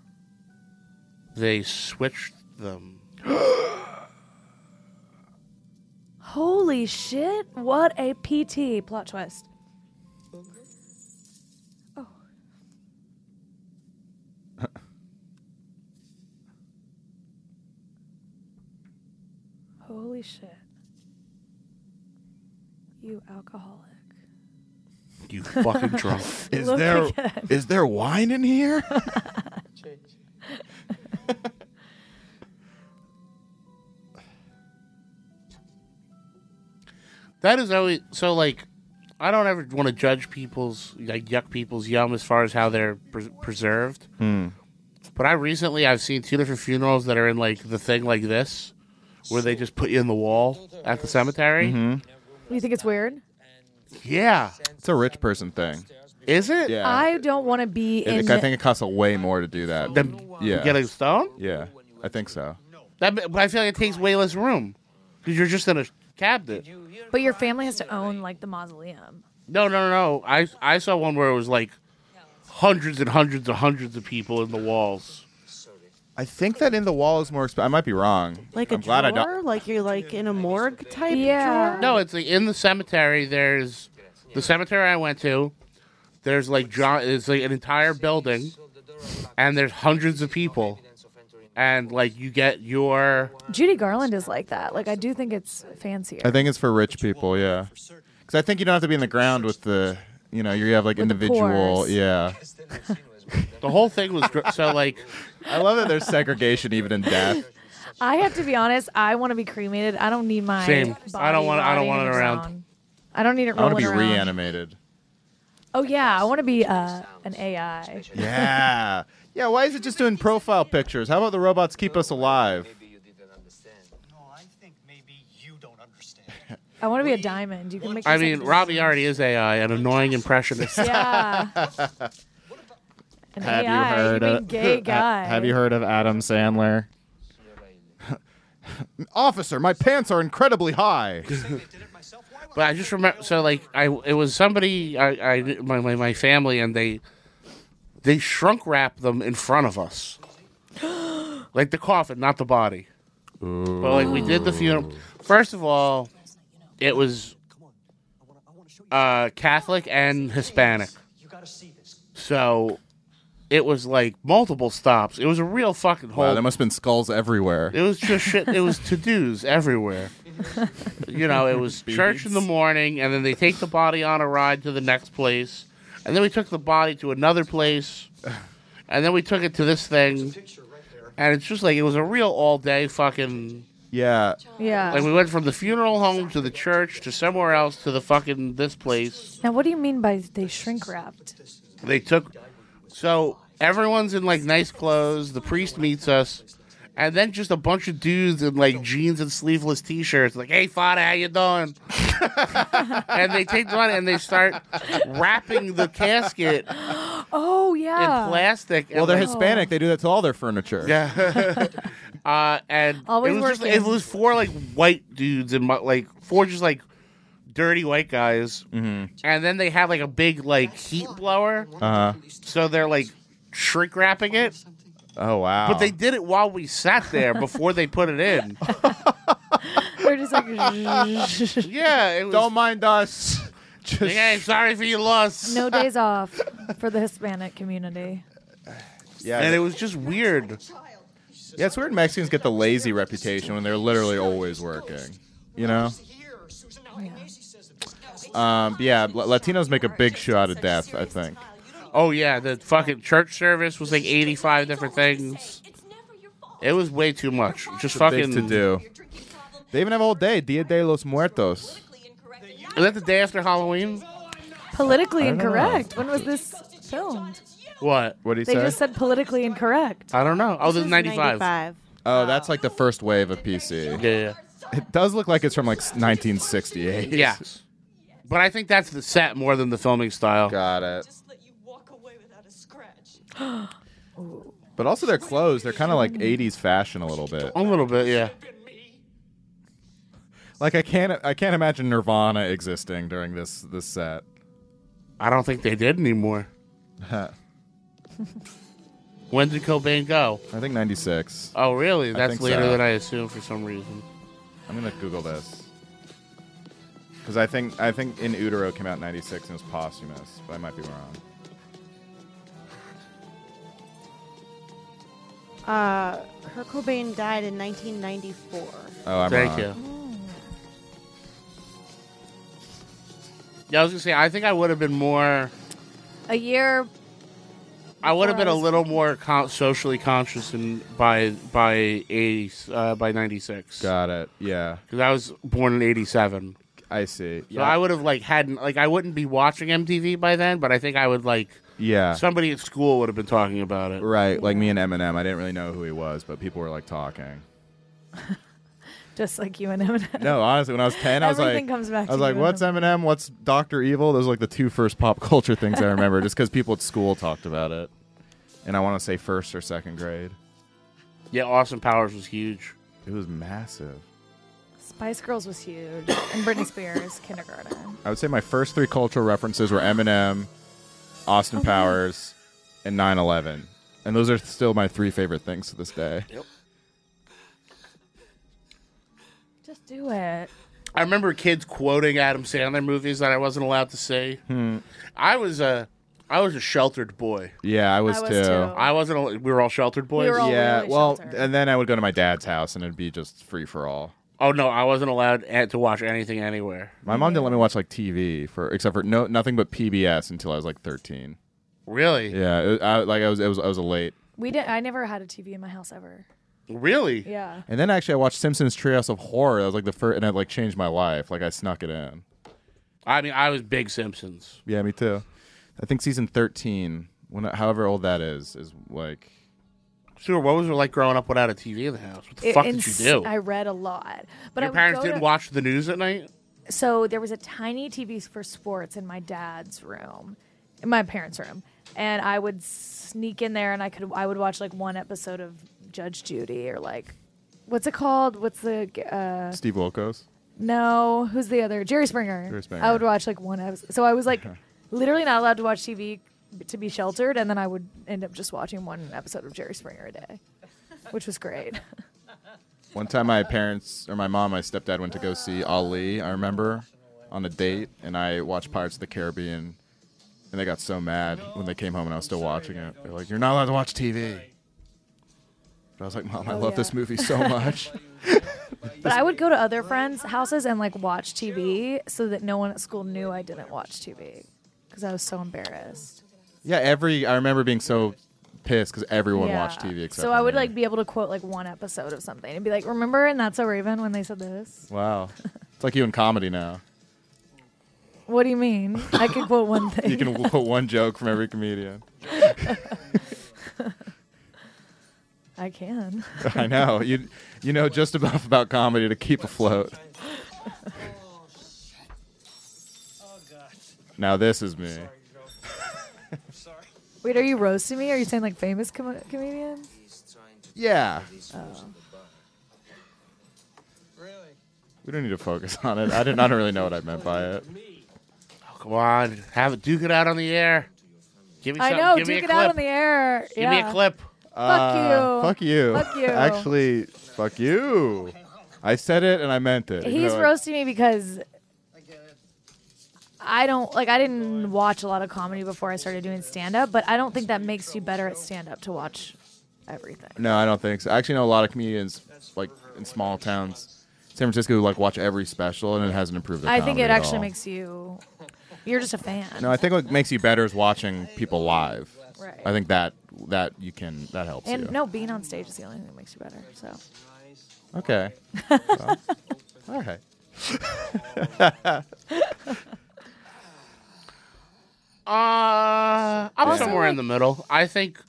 they switched them.
Holy shit! What a PT plot twist. Oh, Holy shit. You alcoholic.
You fucking drunk.
Is
Look
there is
again.
there wine in here?
That is always so. Like, I don't ever want to judge people's like yuck people's yum as far as how they're pre- preserved.
Hmm.
But I recently I've seen two different funerals that are in like the thing like this, where they just put you in the wall at the cemetery.
Mm-hmm.
You think it's weird?
Yeah,
it's a rich person thing.
is it?
Yeah.
I don't want to be
It-
in.
I think it costs way more to do that.
Them
yeah.
getting stoned.
yeah. I think so.
That, but I feel like it takes way less room because you're just in a cabinet.
but your family has to own like the mausoleum.
No, no, no. no. I I saw one where it was like hundreds and hundreds and hundreds of people in the walls.
I think that in the wall is more expensive. I might be wrong.
Like a
I'm glad I
drawer?
don't.
Like you're like in a morgue type drawer?
No, it's like in the cemetery. There's the cemetery I went to. There's like John. It's like an entire building, and there's hundreds of people, and like you get your
Judy Garland is like that. Like I do think it's fancier.
I think it's for rich people, yeah. Because I think you don't have to be in the ground with the, you know, you have like individual,
pores.
yeah.
the whole thing was gr- so like.
I love that there's segregation even in death.
I have to be honest. I want to be cremated. I don't need my
Same. I don't
body
want. I don't
rotting
want it around.
I don't need it
I want to
rolling
be
around.
reanimated.
Oh yeah, I want to be uh, an AI.
Yeah. Yeah, why is it just doing profile pictures? How about the robots keep us alive?
I want to be a diamond. You can make.
I
yourself
mean, Robbie already is AI, an annoying impressionist.
Yeah. An
Have
AI.
you heard
mean
of
gay guy?
Have you heard of Adam Sandler?
Officer, my pants are incredibly high.
But I just remember, so like I, it was somebody I, I my, my my family, and they they shrunk wrap them in front of us, like the coffin, not the body. But like we did the funeral. First of all, it was uh, Catholic and Hispanic, so it was like multiple stops. It was a real fucking hole.
Wow, there must have been skulls everywhere.
It was just shit. It was to dos everywhere. You know, it was church in the morning, and then they take the body on a ride to the next place, and then we took the body to another place, and then we took it to this thing, and it's just like it was a real all day fucking.
Yeah.
Yeah.
Like we went from the funeral home to the church to somewhere else to the fucking this place.
Now, what do you mean by they shrink wrapped?
They took. So everyone's in like nice clothes. The priest meets us, and then just a bunch of dudes in like jeans and sleeveless t-shirts. Like, hey, father, how you doing? and they take one and they start wrapping the casket
Oh
in
yeah.
plastic.
Well, they're
and, like-
Hispanic. They do that to all their furniture.
Yeah. uh, and
Always
it was, just,
working.
it was four like white dudes and mu- like four just like dirty white guys,
Mm-hmm.
and then they had like a big like heat blower,
Uh huh.
so they're like shrink wrapping it.
Oh, wow.
But they did it while we sat there before they put it in.
They're just like
yeah. It was,
Don't mind us. Just
Like, hey, sorry for your loss.
no days off for the Hispanic community.
Yeah.
And it was just weird.
Yeah, it's weird Mexicans get the lazy reputation when they're literally always working. You know?
Oh,
Um, yeah, La- Latinos make a big show out of death, I think.
Oh yeah, the fucking church service was like eighty-five different things. It was way too much. Just
It's a
fucking
big to do. They even have all day, Dia de los Muertos.
Is that the day after Halloween?
Politically
I don't know.
incorrect. When was this filmed?
What?
What did
They
he say?
just said politically incorrect.
I don't know. Oh, this is ninety-five.
oh, that's like the first wave of PC.
Yeah.
It does look like it's from like s- 1968.
Yeah. But I think that's the set more than the filming style.
Got it. But also their clothes, they're kind of like 80s fashion a little bit.
A little bit, yeah.
Like I can't I can't imagine Nirvana existing during this this set.
I don't think they did anymore.
Huh.
When did Cobain go?
I think 96.
Oh, really?
I
That's
think
later
so.
than I assumed for some reason.
I'm gonna Google this because I think I think In Utero came out in '96 and it was posthumous, but I might be wrong.
Uh, Kurt Cobain died in 1994.
Oh, I'm
Thank
wrong.
you. Yeah, I was gonna say. I think I would have been more.
A year.
I would have
Before
been
I
a
was-
little more con- socially conscious and by by eighty uh, by ninety six
Got it. Yeah,
because I was born in eighty seven.
I see.
So I would have like hadn't like I wouldn't be watching MTV by then, but I think I would like
yeah.
somebody at school would have been talking about it.
Right, like me and Eminem. I didn't really know who he was, but people were like talking.
Just like you and Eminem.
No, honestly, when I was ten, I was like,
Everything comes back
I was
to
like,
you,
what's Eminem? What's Doctor Evil? Those are like the two first pop culture things I remember, just because people at school talked about it. And I want to say first or second grade.
Yeah, Austin Powers was huge.
It was massive.
Spice Girls was huge, and Britney Spears kindergarten.
I would say my first three cultural references were Eminem, Austin Powers, and 9 11. And those are still my three favorite things to this day.
Yep.
Just do it.
I remember kids quoting Adam Sandler movies that I wasn't allowed to see.
Hmm.
I was a, I was a sheltered boy.
Yeah, I was, too.
I wasn't. al- We were all sheltered boys.
yeah, well, and then I would go to my dad's house and it'd be just free for all.
Oh no, I wasn't allowed a- to watch anything anywhere.
My mom didn't let me watch like TV for except for no nothing but PBS until I was like 13.
Really?
Yeah, it, I, like I was it was I was a late.
We did. I never had a TV in my house ever.
Really?
Yeah.
And then actually I watched Simpsons Treehouse of Horror. That was like the first and it like changed my life. Like I snuck it in.
I mean, I was big Simpsons.
Yeah, me too. I think season 13, when however old that is, is like
Sure. What was it like growing up without a TV in the house? What the
It-
fuck
and
did you
s-
do?
I read a lot. But I
Your
would
parents
go
didn't
to-
watch the news at night.
So there was a tiny TV for sports in my dad's room, in my parents' room, and I would sneak in there and I could I would watch like one episode of Judge Judy or like, what's it called? What's the uh,
Steve Wilkos.
No, who's the other? Jerry Springer.
Jerry Springer.
I would watch like one episode. So I was like literally not allowed to watch TV to be sheltered, and then I would end up just watching one episode of Jerry Springer a day, which was great.
One time, my parents or my mom, my stepdad went to go see Ali. I remember on a date, and I watched Pirates of the Caribbean, and they got so mad when they came home, and I was still watching it. They're like, "You're not allowed to watch TV." But I was like, "Mom, I
Oh,
love
yeah.
this movie so much."
But I would go to other friends' houses and like watch TV so that no one at school knew I didn't watch TV because I was so embarrassed.
yeah, every I remember being so pissed because everyone
Yeah.
watched TV except.
So
for
I would
me.
like be able to quote like one episode of something and be like, "Remember in That's So Raven when they said this?
Wow, it's like you in comedy now.
What do you mean? I could quote one thing.
You can quote one joke from every comedian.
I can.
I know you. You know just enough about comedy to keep afloat. Now this is me.
Wait, are you roasting me? Are you saying like famous com- comedians?
Yeah.
Oh.
We don't need to focus on it. I didn't. I don't really know what I meant by it.
Oh, come on, have it, duke it out on the air. Give me
I
something.
know.
Give me a
Duke it
clip.
out on the air.
Give
yeah.
me a clip.
Uh,
you.
Fuck you.
Fuck you.
Actually, fuck you. I said it and I meant it.
He's
No,
roasting me because I don't like I didn't watch a lot of comedy before I started doing stand up, but I don't think that makes you better at stand up to watch everything.
No, I don't think so. I actually know a lot of comedians like in small towns, San Francisco, who like watch every special and it hasn't improved their
I think
comedy
it
at
actually
all.
makes you you're just a fan.
No, I think what makes you better is watching people live.
Right.
I think that that you can that helps
and
you.
no, being on stage is the only thing that makes you better. So
Okay. Well, all right.
Uh, I'm
Also,
somewhere in
like-
the middle. I think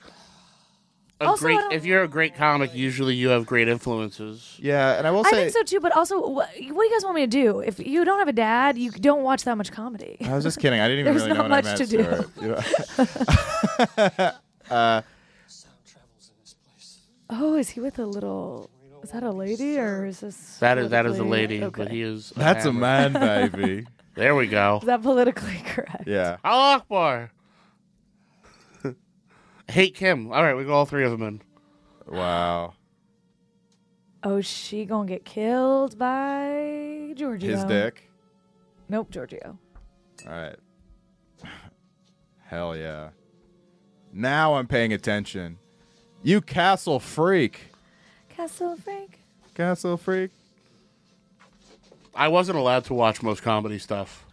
a
Also, I
great.
don't-
If you're a great comic, usually you have great influences.
yeah, and I will
I
say
think so too, but also what, what do you guys want me to do? If you don't have a dad, you don't watch that much comedy.
I was just kidding. I didn't even
There's
really know
not
what I
much
meant.
to do.
Stuart. You know? uh,
Oh, is he with a little? Is that a lady or is this?
That is that is a
politically-
lady, but
Okay.
he is.
That's a
hammer.
man, baby.
there we go.
Is that politically correct?
yeah.
Al Akbar. Hate Kim. All right, we got all three of them in.
Wow.
Oh, she gonna get killed by Giorgio.
His dick.
Nope, Giorgio.
All right. Hell yeah. Now I'm paying attention. You castle freak.
Castle Frank.
Castle freak.
I wasn't allowed to watch most comedy stuff,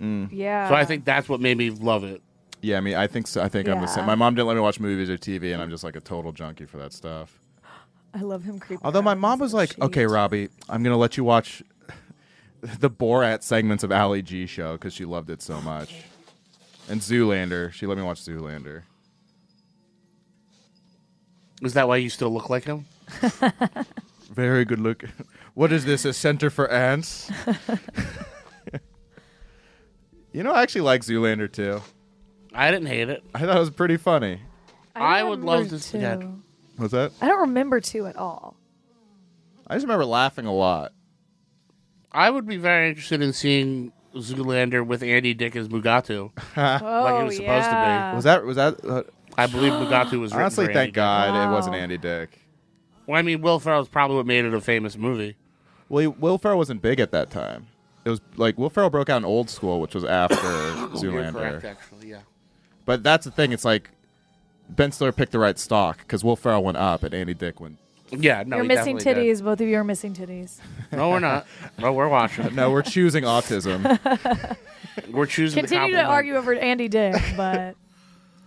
Mm.
Yeah.
so I think that's what made me love it.
Yeah, I mean, I think so. I think I'm the
Yeah.
same. My mom didn't let me watch movies or TV, and I'm just like a total junkie for that stuff.
I love him creeping.
Although my mom was like, "Okay, Robbie, I'm gonna let you watch the Borat segments of Ali G show because she loved it so much." And Zoolander, she let me watch Zoolander.
Is that why you still look like him?
Very good look. What is this? A center for ants? you know, I actually like Zoolander too.
I didn't hate it.
I thought it was pretty funny.
I, would love
remember
to see that.
two.
What's that?
I don't remember two at all.
I just remember laughing a lot.
I would be very interested in seeing Zoolander with Andy Dick as Mugatu. like he was supposed to
yeah.
be.
Was that? Was that? Uh,
I believe Mugatu was written
Honestly,
for
thank
Andy Dick.
God it wasn't Andy Dick.
Well, I mean, Will Ferrell's probably what made it a famous movie.
Well, he- Will Ferrell wasn't big at that time. It was like Will Ferrell broke out in Old School, which was after
You're
Zoolander.
correct, actually. Yeah.
But that's the thing. It's like Ben Stiller picked the right stock because Will Ferrell went up and Andy Dick went.
Yeah. No.
You're
he
missing
definitely
titties. Both of you are missing titties.
did. No, we're not. No, we're watching.
no, we're choosing autism.
We're choosing
Continue
the
to argue over Andy Dick, but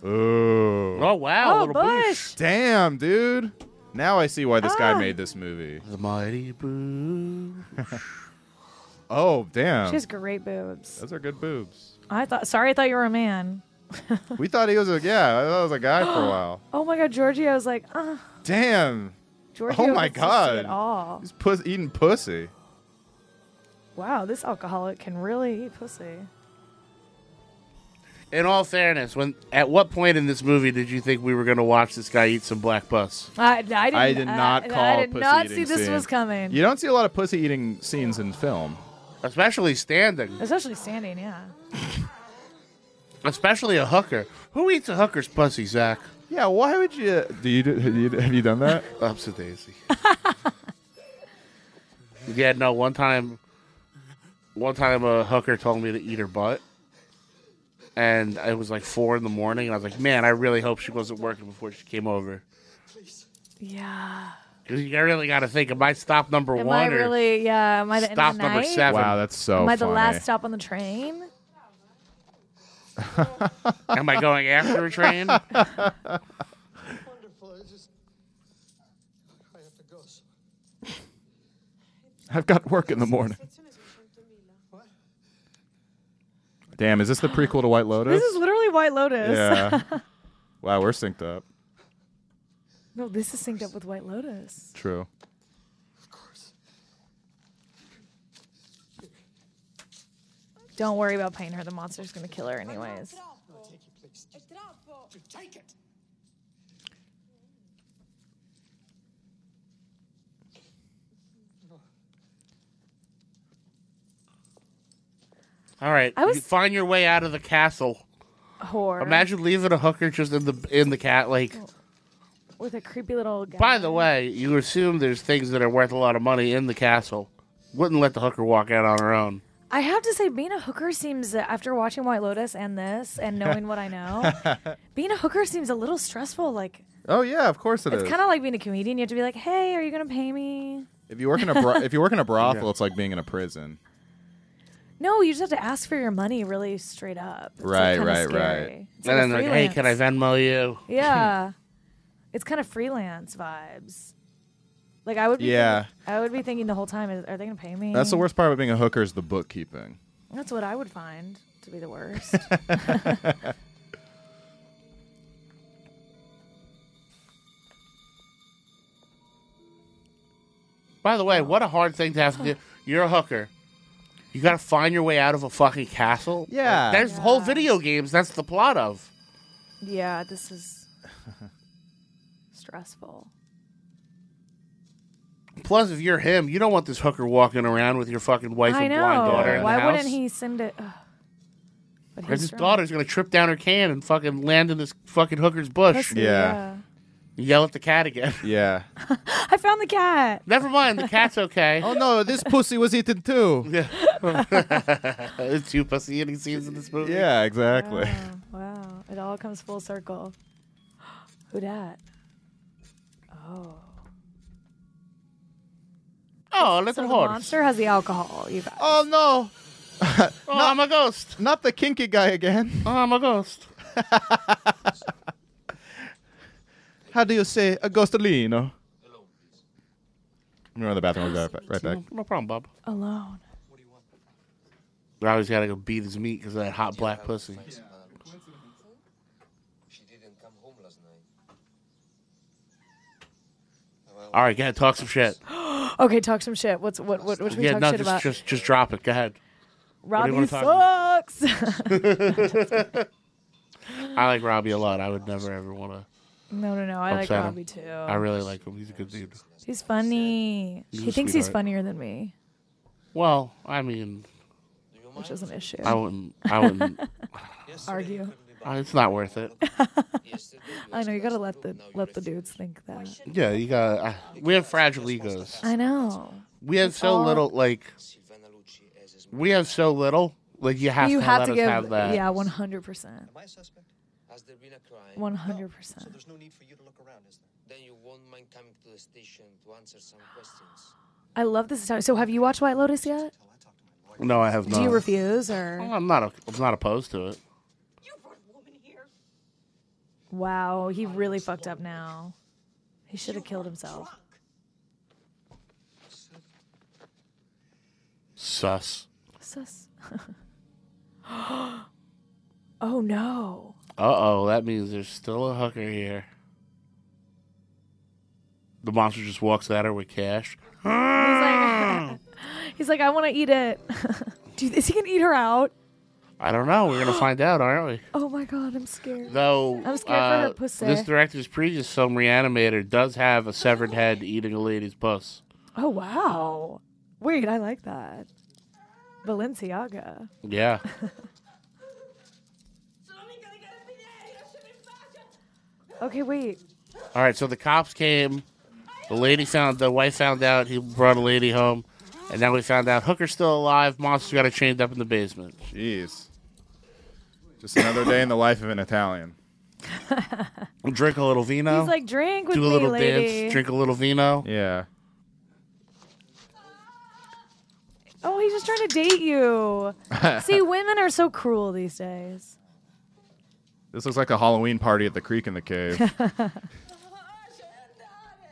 Ooh.
Oh wow.
oh,
little
Bush.
Damn, dude. Now I see why this
Ah.
guy made this movie.
The mighty boo.
oh, damn.
She has great boobs.
Those are good boobs.
I thought. Sorry, I thought you were a man.
We thought he was a yeah, I thought it was a guy for a while.
Oh my God, Georgie. I was like, ah,
Damn.
Georgie.
Oh my
At
god.
all.
He's pus- eating pussy.
Wow, this alcoholic can really eat pussy.
In all fairness, when at what point in this movie did you think we were going to watch this guy eat some black puss?
I, I didn't.
I did not
I,
call
I
a
did
pussy
not see
eating
this
scene.
was coming.
You don't see a lot of pussy eating scenes in film.
Especially standing,
Especially standing. Yeah.
especially a hooker. Who eats a hooker's pussy, Zach?
Yeah, why would you do you, do you have you done that?
Ups a daisy. yeah, no. One time, one time a hooker told me to eat her butt, and it was like four in the morning. And I was like, man, I really hope she wasn't working before she came over.
Yeah.
Because you really got to think: Am I stop number
Am
one
I
or
really? Yeah. Am I the end
stop
of the
number
night?
seven?
Wow, that's so
Am I the
Oh, funny.
last stop on the train?
Am I going after a train?
Wonderful. It's just. I have to go. So
I've got work in the morning. Damn, is this the prequel to White Lotus?
This is literally White Lotus.
yeah. wow, we're synced up.
no, this is synced up with White Lotus.
True.
Don't worry about paying her. The monster's gonna kill her anyways.
take it.
All right,
I was-
you find your way out of the castle.
Whore.
Imagine leaving a hooker just in the in the cat like.
with a creepy little guy.
By the way, you assume there's things that are worth a lot of money in the castle. Wouldn't let the hooker walk out on her own.
I have to say, being a hooker seems, after watching White Lotus and this, and knowing what I know, being a hooker seems a little stressful. Like
Oh yeah, of course
it's kind of like being a comedian. You have to be like, "Hey, are you gonna pay me?"
If you work in a bro- if you work in a brothel, it's like being in a prison.
No, you just have to ask for your money really straight up. It's, like,
Right,
kinda
right, right.
scary. It's
and then
like, a
like, hey, can I
freelance.
Venmo you?
Yeah, it's kind of freelance vibes. Like I would. Be
Yeah.
thinking- I would be thinking the whole time, "Is- "Are they gonna pay me?"
That's the worst part about being a hooker is the bookkeeping.
That's what I would find to be the worst.
By the way, what a hard thing to have to do. You're a hooker. You gotta find your way out of a fucking castle.
Yeah.
There's whole video games that's the plot of.
yeah, this is stressful.
Plus, if you're him, you don't want this hooker walking around with your fucking wife
I
and
know.
blind daughter. in the
Why wouldn't
house.
he send it? Ugh. But
Because his
strong.
daughter's gonna trip down her can and fucking land in this fucking hooker's bush.
Pussy,
Yeah.
Yell at the cat again.
Yeah.
yeah. I found the cat.
Never mind, the cat's okay.
oh no, this pussy was eaten too.
Yeah. There's two Uh, pussy eating scenes in this movie.
Yeah, exactly.
Wow. Oh, wow. It all comes full circle. Who dat? Oh.
Oh, little
So the
horse.
monster has the alcohol, you guys.
Oh no,
Oh, I'm a ghost.
not the kinky guy again.
Oh, I'm a ghost.
How do you say agostolino? I'm going to the bathroom. We'll be right back. Right back.
No, no problem, Bob.
Alone.
I always gotta go beat his meat because of that hot black pussy.
She didn't come home last night.
All right, go ahead, talk some shit.
Okay, talk some shit. What's what? What, what should we
yeah,
talk
no,
shit
just,
about?
just just drop it. Go ahead. do you
Robbie
wanna talk about?
sucks.
I like Robbie a lot. I would never ever want to.
no, no, no. I like
Upset him.
Robbie too.
I really like him. He's a good dude.
he's funny.
He's a
he thinks he's
sweetheart.
funnier than me,
Well, I mean,
which is an issue.
I wouldn't. I wouldn't.
Argue.
Uh, it's not worth it.
I know you gotta let the let the dudes think that.
Yeah, you got. Uh, we have fragile egos.
I know.
We have
It's
so
all-
little. Like we have so little. Like you have
you
to
have
let
to
us
give
have that.
yeah, one hundred percent. One hundred percent. I love this time. So have you watched White Lotus yet?
No, I have not.
Do you refuse or
I'm not. I'm not opposed to it.
wow, he really fucked up now. He should have killed himself.
Sus.
Sus. oh no.
Uh oh, that means there's still a hooker here. The monster just walks at her with cash.
He's like, he's like, I want to eat it. Do you, is he gonna eat her out?
I don't know. We're gonna find out, aren't
Oh my god, I'm
we?
scared.
Though
I'm scared for her
uh,
pussy.
This director's previous film, Reanimator, does have a severed head eating a lady's puss.
Oh wow. Wait, I like that. Balenciaga.
Yeah.
Okay, wait.
All right. So the cops came. The lady found. The wife found out. He brought a lady home, and now we found out hooker's still alive. Monster got her chained up in the basement.
Jeez. Just another day in the life of an Italian.
Drink a little vino.
He's like, drink with
Oh. do a
me,
little
lady.
dance, drink a little vino.
Yeah.
Oh, he's just trying to date you. See, women are so cruel these days.
This looks like a Halloween party at the creek in the cave.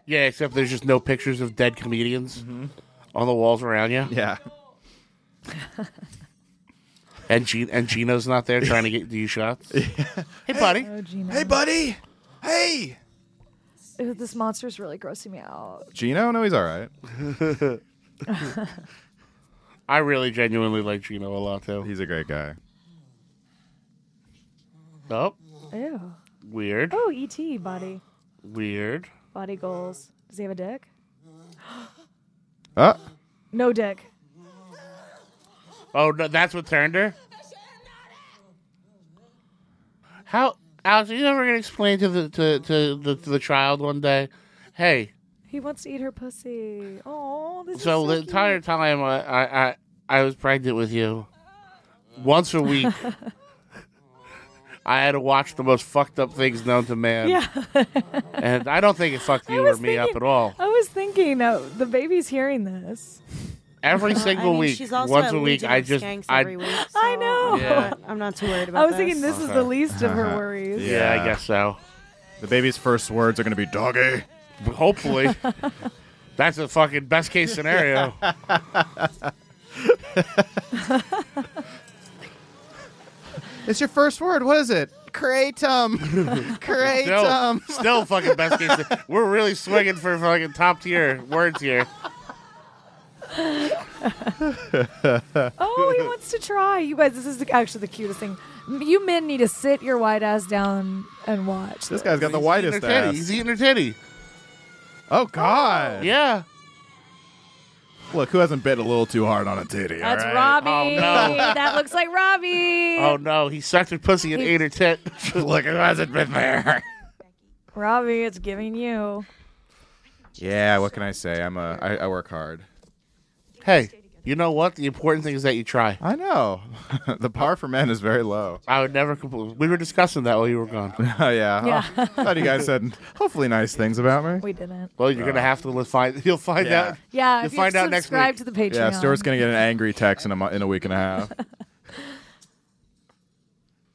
Yeah, except there's just no pictures of dead comedians on the walls around you.
Yeah.
and Gene and Gino's not there trying to get you shots. Hey, buddy.
Hey, buddy. Hey.
Ew, this monster's really grossing me out.
Gino? No, he's all right.
I really genuinely like Gino a lot though.
He's a great guy.
Oh,
Ew.
weird,
Oh, E.T. body.
weird.
Body goals. Does he have a dick?
Uh,
No dick.
Oh, no, that's what turned her. How, Alex? Are you ever gonna explain to the to, to the to the child one day? Hey,
He wants to eat her pussy. Oh, this
so
is
the
so cute.
entire time I, I I I was pregnant with you, once a week, I had to watch the most fucked up things known to man.
Yeah.
and I don't think it fucked you or
was
me up at all.
I was thinking, oh, the baby's hearing this.
Every
Well, I
single
mean,
week,
she's also
once
at
a week,
Legion
I
of
just
Skanks
I
every week,
I
so
know.
Yeah.
I'm not- I'm not too worried about
I was thinking this is
Okay.
the least of her worries.
Uh-huh. Yeah, I guess so.
The baby's first words are going to be doggy.
Hopefully. That's the fucking best case scenario.
It's your first word. What is it? Kratom.
still, still fucking best case. sce- We're really swinging for fucking top tier words here.
Oh, he wants to try. You guys, this is the, actually the cutest thing. You men need to sit your white ass down and watch.
This guy's got the
Eating her
whitest
titty.
ass.
He's eating her titty.
Oh, God.
Yeah.
Look, who hasn't bit a little too hard on a titty?
That's
all right?
Robbie.
Oh, no.
that looks like Robbie.
Oh no, he sucked her pussy and
He-
ate her tit.
Look, who hasn't been there?
Robbie, it's giving you.
Yeah, what can I say? I'm a. I, I work hard.
hey, you know what? The important thing is that you try.
I know. the par for men is very low.
I would never compl- We were discussing that while you were gone.
Oh yeah.
Yeah.
Oh, thought you guys said hopefully nice things about me.
We didn't.
Well, you're gonna have to li- find. You'll find
Uh. Yeah.
out.
Yeah,
You'll
if you
find out next
subscribe
week.
to the Patreon.
Yeah, Stuart's gonna get an angry text in a mo- in a week and a half.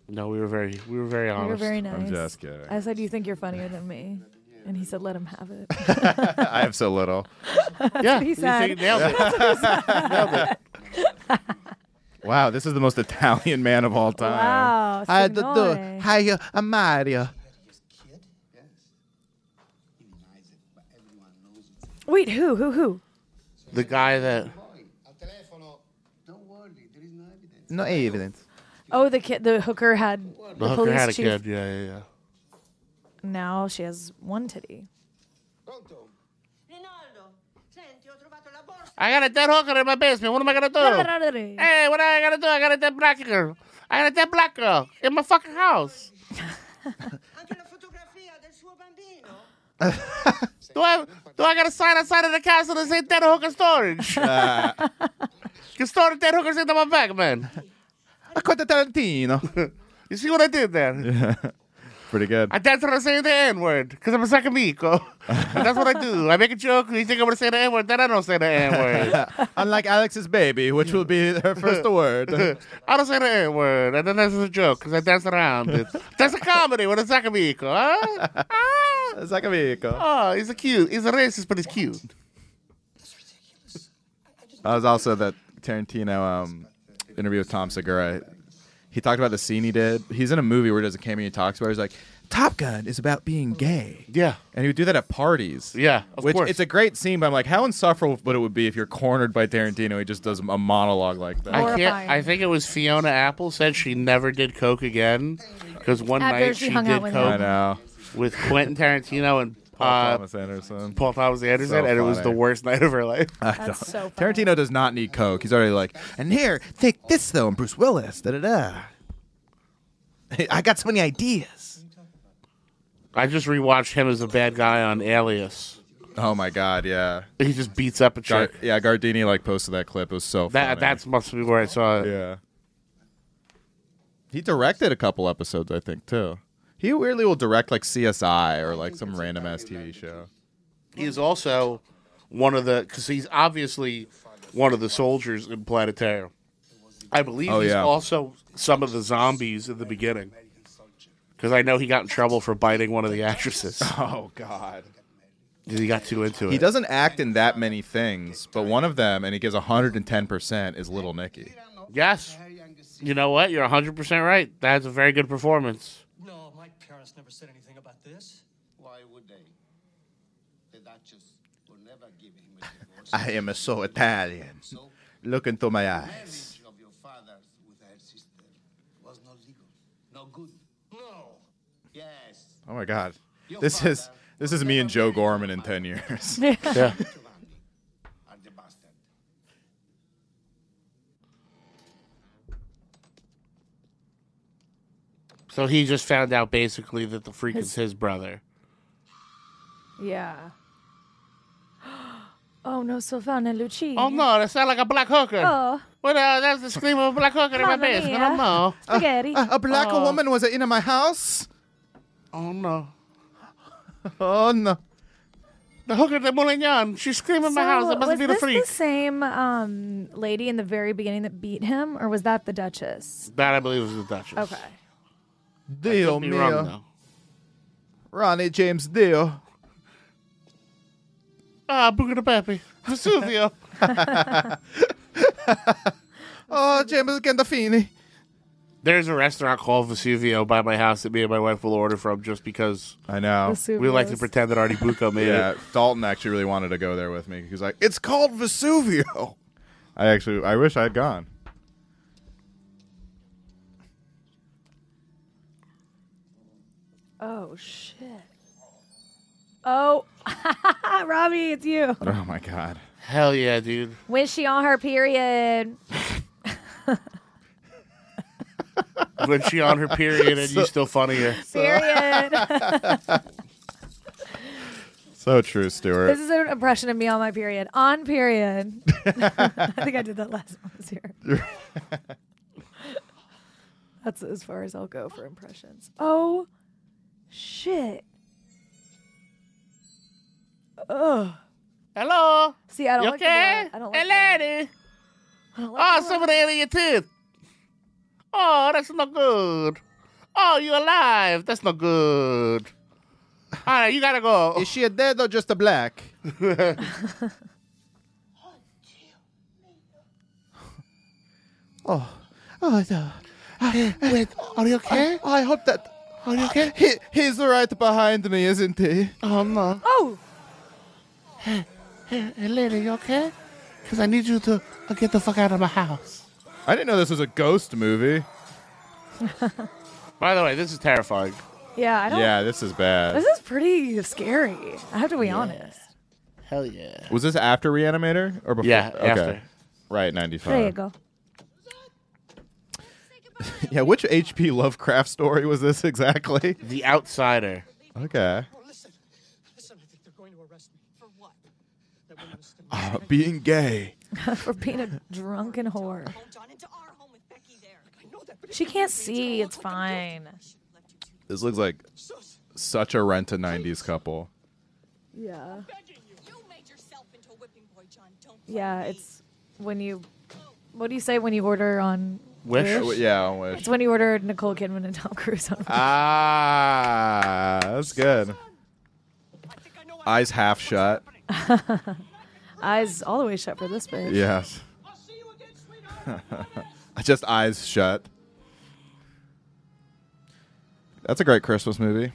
No, we were very, we were very honest.
You're very nice.
I'm just kidding.
I said you think you're funnier than me, and he said let him have it.
I have so little.
yeah,
what he
you
said.
think- nailed it.
Wow, this is the most Italian man of all time.
wow.
I do
signore.
Hiya, I'm Mario.
Wait, who? Who? Who?
The guy that
No evidence.
Oh, the kid. The hooker had the,
the hooker
police
had a
chief.
kid. Yeah, yeah, yeah.
Now she has one titty.
Oh. I got a dead hooker in my basement. What am I gonna do? hey, what am I gonna do? I got a dead black girl. I got a dead black girl in my fucking house. do I do I got a sign outside of the castle that says dead hooker storage?
Uh.
Can store the dead hookers into my back, man. I caught the Tarantino. you see what I did there?
Pretty good.
I dance when I say the N word because I'm a second Miko. and that's what I do. I make a joke. You think I'm going to say the N word, then I don't say the N word.
Unlike Alex's baby, which will be her first word.
I don't say the N word. And then that's a joke because I dance around it. That's a comedy with a second Miko. Huh?
Zakamiko.
Oh, he's a cute. He's a racist, but he's cute.
I was also that Tarantino um, interview with Tom Segura. He talked about the scene he did. He's in a movie where he does a cameo. He talks about. He's like, Top Gun is about being gay.
Yeah.
And he would do that at parties.
Yeah, of
which
course.
it's a great scene, but I'm like, how insufferable would it would be if you're cornered by Tarantino? He just does a monologue like that.
I can't. I think it was Fiona Apple said she never did coke again because one
After
night
she
she,
hung out
did
with
coke
I know.
with Quentin Tarantino and
Paul
uh,
Thomas Anderson.
Paul Thomas Anderson,
So
and it was
funny. Uh,
the worst night of her life.
I don't- Tarantino does not need coke. He's already like, and here, take this though, and Bruce Willis. Da da da. I got so many ideas.
I just rewatched him as a bad guy on Alias.
Oh my god, yeah.
He just beats up a
Gar-
chick.
yeah, Gardini like posted that clip. It was so
That
funny.
that's must be where I saw it.
yeah. He directed a couple episodes, I think, too. He weirdly will direct like CSI or like some random ass TV show.
He is also one of the because he's obviously one of the soldiers in Planet Terror. I believe
Oh,
he's
yeah.
also some of the zombies in the beginning. Because I know he got in trouble for biting one of the actresses.
Oh god.
He got too into it.
He doesn't act in that many things, but one of them, and he gives 110%, is Little Nicky.
Yes. You know what? You're 100% right. That's a very good performance.
No, my parents never said anything about this. Why would they? The Duchess will never give him a divorce.
I am so Italian. Look into my eyes.
Marriage of your father with her sister was not legal. No good. No. Yes.
Oh my god. This is this is me and Joe Gorman in 10 years.
Yeah.
And the bastard.
So he just found out basically that the freak is his brother.
Yeah. Oh no, Silvana Lucci.
Oh no, that sounds like a black hooker.
Oh.
Well, uh, that's the scream of a black hooker in my
Mamma
basement.
mia.
Oh no.
Spaghetti.
A, a black
Oh.
woman was in my house.
Oh no.
Oh no.
The hooker de Molignan. She's screaming in my house. That
So,
must
was
be the
this
freak.
the same um, lady in the very beginning that beat him, or was that the Duchess?
That I believe is the Duchess.
Okay.
Deal
Be wrong though.
Ronnie James Dio.
Ah, Buca de Pepe. Vesuvio.
Oh, James Gandolfini.
There's a restaurant called Vesuvio by my house that me and my wife will order from just because
I know.
we like to pretend that Artie Bucco made
Yeah,
it.
Dalton actually really wanted to go there with me. He was like, "It's called Vesuvio." I actually, I wish I had gone.
Oh shit. Oh, Robbie, it's you.
Oh my god.
Hell yeah, dude.
When she on her period?
When she on her period and you still funnier.
Period.
So true, Stuart.
this is an impression of me on my period. On period. I think I did that last time I was here. That's as far as I'll go for impressions. Oh shit. Ugh.
Hello.
See, I don't
You
like
okay?
the blood. I
Hey,
don't like the blood.
lady.
I don't like
Oh,
the blood.
some of that in your tooth. Oh, that's not good. Oh, you alive. That's not good. All right, you gotta go.
Is she a dead or just a black? Oh, oh no. I,
Wait, are you okay?
I hope that.
Are you okay?
He, he's right behind me, isn't he?
Oh, no.
Oh,
Hey, hey, lady, you okay? Because I need you to uh, get the fuck out of my house.
I didn't know this was a ghost movie.
By the way, this is terrifying.
yeah. I don't.
Yeah, this is bad.
This is pretty scary. I have to be honest.
Hell yeah.
Was this after Reanimator or before?
Yeah,
okay.
after.
Right,
There you
ninety-five.
go.
yeah, which H.P. Lovecraft story was this exactly?
The Outsider.
Okay.
Listen, I think they're going to arrest me. For what? That woman was
Uh, being gay.
For being a drunken whore.
John into our home with Becky there. I know that, but
She can't see. It's fine.
This looks like such a rent a 90s couple.
Yeah.
you made yourself into a whipping boy, John. Don't
Yeah, it's when you. What do you say when you order on
Wish? Yeah, on Wish.
It's when you order Nicole Kidman and Tom Cruise on.
Ah, that's good. Eyes half shut.
Eyes all the way shut for this bitch.
Yes. Just eyes shut. That's a great Christmas movie.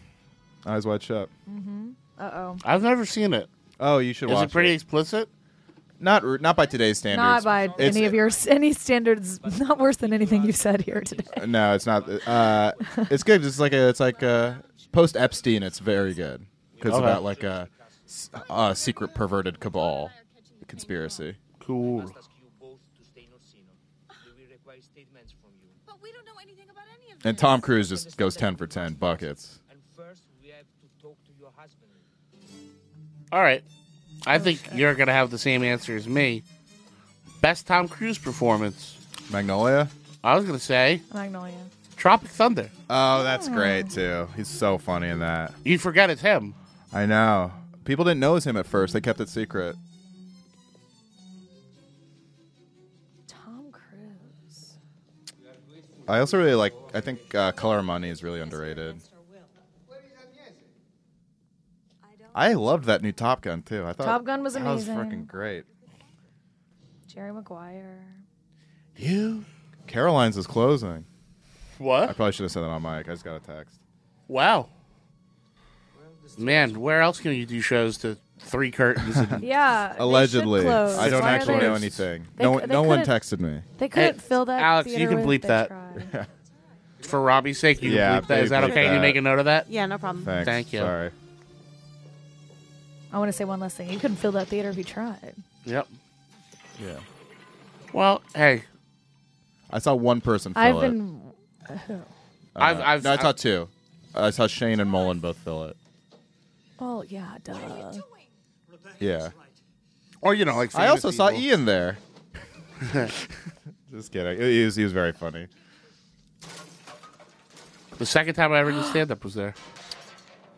Eyes wide shut.
Mm-hmm. Uh oh.
I've never seen it.
Oh, you should
Is
watch
it pretty explicit?
Not r- not by today's standards.
Not by
It's-
any of your any standards. Not worse than anything you said here today.
No, it's not. Uh, it's good. It's like a, it's like a post Epstein. It's very good because
Okay.
about like a, s- a secret perverted cabal conspiracy.
Cool.
But we don't know anything about any of
And Tom Cruise just goes ten for ten buckets.
All right.
Oh,
I think you're going to have the same answer as me. Best Tom Cruise performance.
Magnolia.
I was going to say
Magnolia.
Tropic Thunder.
Oh, that's great too. He's so funny in that.
You forgot it's him.
I know. People didn't know it was him at first. They kept it secret.
Tom Cruise.
I also really like. I think uh, Color of Money is really underrated. I loved that new Top Gun too. I thought
Top Gun was
Uh, That
amazing.
was freaking great.
Jerry Maguire.
You. Caroline's is closing.
What?
I probably should have said that on mic. I just got a text.
Wow. Man, where else can you do shows to three curtains? And
Yeah.
Allegedly,
close.
I don't
Why are
actually
they-
know anything.
They
no,
cou-
one-
they
no one
couldn't-
texted me.
They couldn't
Hey,
fill that.
Alex, you
theater
can
with
bleep
they
that.
tried.
For Robbie's sake, you
Yeah,
can bleep that. Is that
bleep
okay? Can You
that.
make a note of that?
Yeah, no problem.
Thanks.
Thank you.
Sorry.
I want to say one last thing. You couldn't fill that theater if you tried.
Yep.
Yeah.
Well, hey,
I saw one person. Fill
I've
it.
been. who?
Uh,
I've- I've-
no, I saw
I've-
two. I saw Shane and Mullen both fill it.
Well, yeah, duh.
Yeah.
Or you know, like
I also
famous
saw
people.
Ian there. Just kidding. He was, he was very funny.
The second time I ever did stand up was there.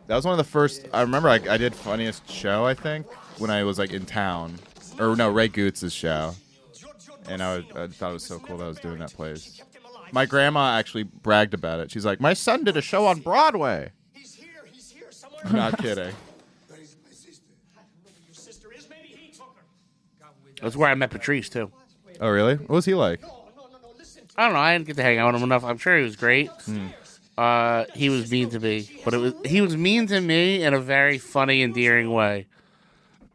That was one of the first. I remember I, I did funniest show I think when I was like in town, or no Ray Gootz's show, and I, was- I thought it was so cool that I was doing that place. My grandma actually bragged about it. She's like, "My son did a show on Broadway."
He's here. He's here somewhere.
I'm not kidding.
But he's my sister. I don't know where your sister is. Maybe he took her.
That's where I met Patrice too.
Oh really? What was he like?
I don't know. I didn't get to hang out with him enough. I'm sure he was great. Uh, he was mean to me, but it was he was mean to me in a very funny, endearing way.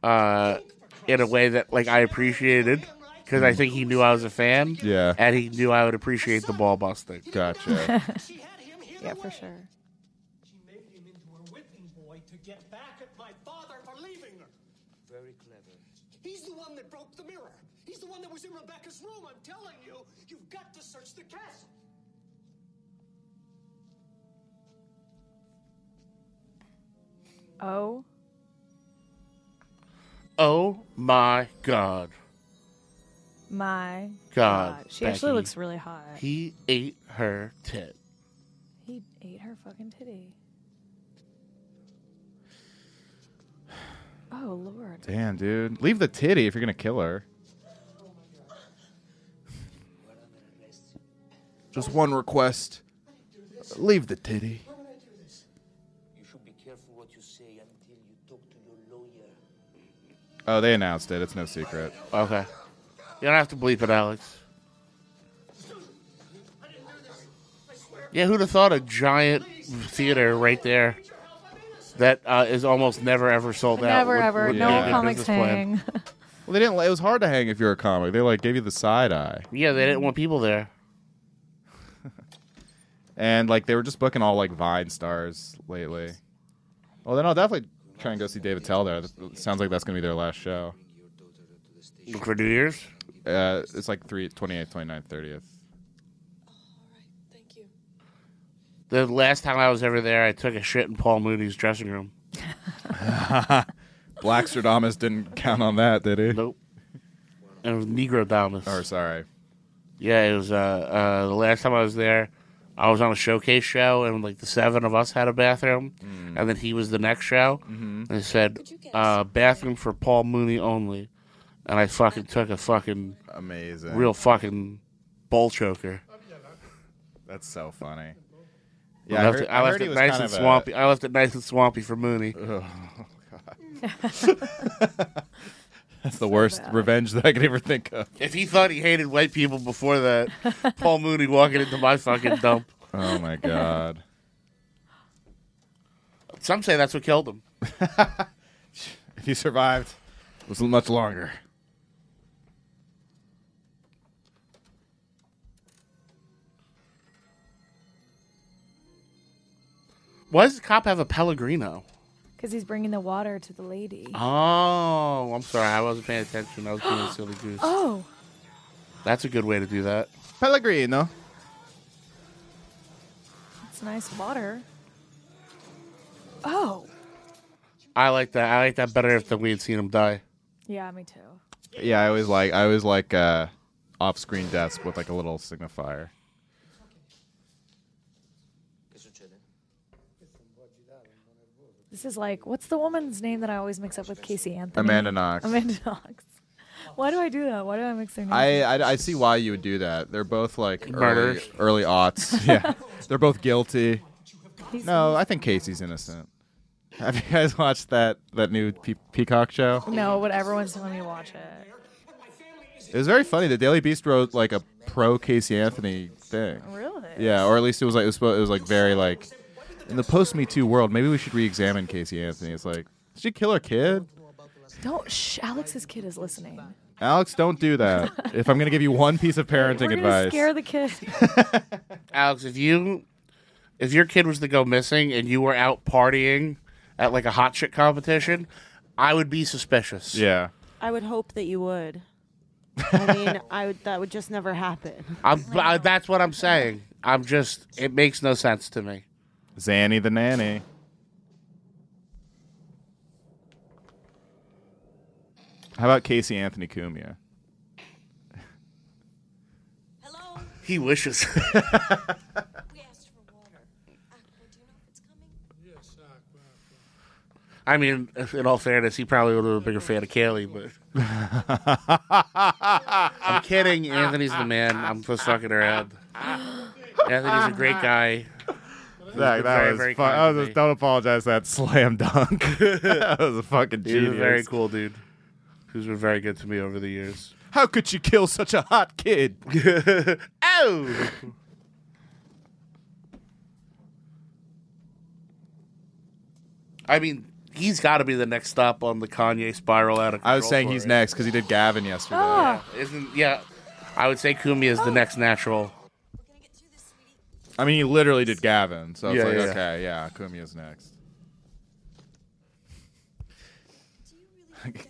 Uh, in a way that like I appreciated because I think he knew I was a fan.
Yeah.
and he knew I would appreciate the ball busting.
Gotcha.
Yeah, for sure.
She made him into a whipping boy to get back at my father for leaving her. Very clever. He's the one that broke the mirror. He's the one that was in Rebecca's room. I'm telling you, you've got to search the castle.
Oh
Oh my god!
my
God,
She actually
Becky.
looks really hot. He,
He ate her tit.
ate her fucking titty. Oh lord.
Damn, dude, leave the titty if you're gonna kill her. Just one request. Leave the titty.
You should be careful what you say until you talk to your lawyer.
Oh, they announced it. It's no secret.
Okay, you don't have to bleep it, Alex. Yeah, who'd have thought a giant theater right there that uh, is almost never ever sold out?
Never
would-
ever.
would be a
no
good
comics
business plan.
hang.
Well, they didn't. It was hard to hang if you're a comic. They like gave you the side eye,
Yeah, they didn't want people there.
and like they were just booking all like Vine stars lately. Well, then I'll definitely try and go see David Tell there. That- that sounds like that's gonna be their last show.
For New Year's?
Uh, it's like three, 28th, 29th, 30th.
The last time I was ever there, I took a shit in Paul Moody's dressing room.
Black Stradamus didn't count on that, did he?
Nope. It was Negro Damus.
Or sorry.
Yeah, it was uh, uh, the last time I was there. I was on a showcase show, and like the seven of us had a bathroom, and then he was the next show.
Mhm.
And it said uh, bathroom for Paul Mooney only, and I fucking took a fucking
amazing
real fucking bowl choker.
That's so funny.
I left it, I left it nice and swampy. I left it nice and swampy for Mooney.
That's the worst revenge that I could ever think of.
If he thought he hated white people before that, Paul Mooney walking into my fucking dump.
Oh my god.
Some say that's what killed him.
If he survived, it was much longer.
Why does the cop have a Pellegrino?
Because he's bringing the water to the lady.
Oh, I'm sorry. I wasn't paying attention. I was being a silly goose.
Oh.
That's a good way to do that.
Pellegrino.
It's nice water. Oh.
I like that. I like that better if we had seen him die.
Yeah, me too.
Yeah, I always like I always like uh, off screen deaths with like a little signifier.
This is like, what's the woman's name that I always mix up with Casey Anthony?
Amanda Knox.
Amanda Knox. Why do I do that? Why do I mix their names?
I, I I see why you would do that. They're both like early,
Murders.
early aughts. Yeah, they're both guilty.
He's-
No, I think Casey's innocent. Have you guys watched that that new Pe- Peacock show?
No, but everyone's telling me to watch it.
It was very funny. The Daily Beast wrote like a pro Casey Anthony thing.
Really?
Yeah, or at least it was like it was, supposed- it was like very like in the post Me Too world. Maybe we should re-examine Casey Anthony. It's like did she kill her kid?
Don't. Shh, Alex's kid is listening.
Alex, don't do that. if I'm gonna give you one piece of parenting
We're
advice,
gonna scare the kid.
Alex, if you if your kid was to go missing and you were out partying at like a hot shit competition, I would be suspicious.
Yeah.
I would hope that you would. I mean, I would, that would just never happen.
I'm, I, that's what I'm saying. I'm just it makes no sense to me.
Zanny the nanny. How about Casey Anthony Cumia?
He wishes.
Uh,
I mean, in all fairness, he probably would have been a bigger fan of Kaylee, but I'm kidding. Anthony's the man. I'm just fucking around. Anthony's a great guy. He's
Zach,
been
that
very,
was
very
fu-
kind
I
to
was
me.
just, don't apologize for that slam dunk. that was a fucking
He's a
genius.
very cool dude who's been very good to me over the years.
How could you kill such a hot kid?
oh! I mean, he's got to be the next stop on the Kanye spiral out of
I was
control
saying he's
story.
next because he did Gavin yesterday.
Ah. Isn't yeah? I would say Kumi is the next natural.
I mean, he literally did Gavin, so it's
Yeah,
like,
yeah.
okay, yeah, Kumia's next.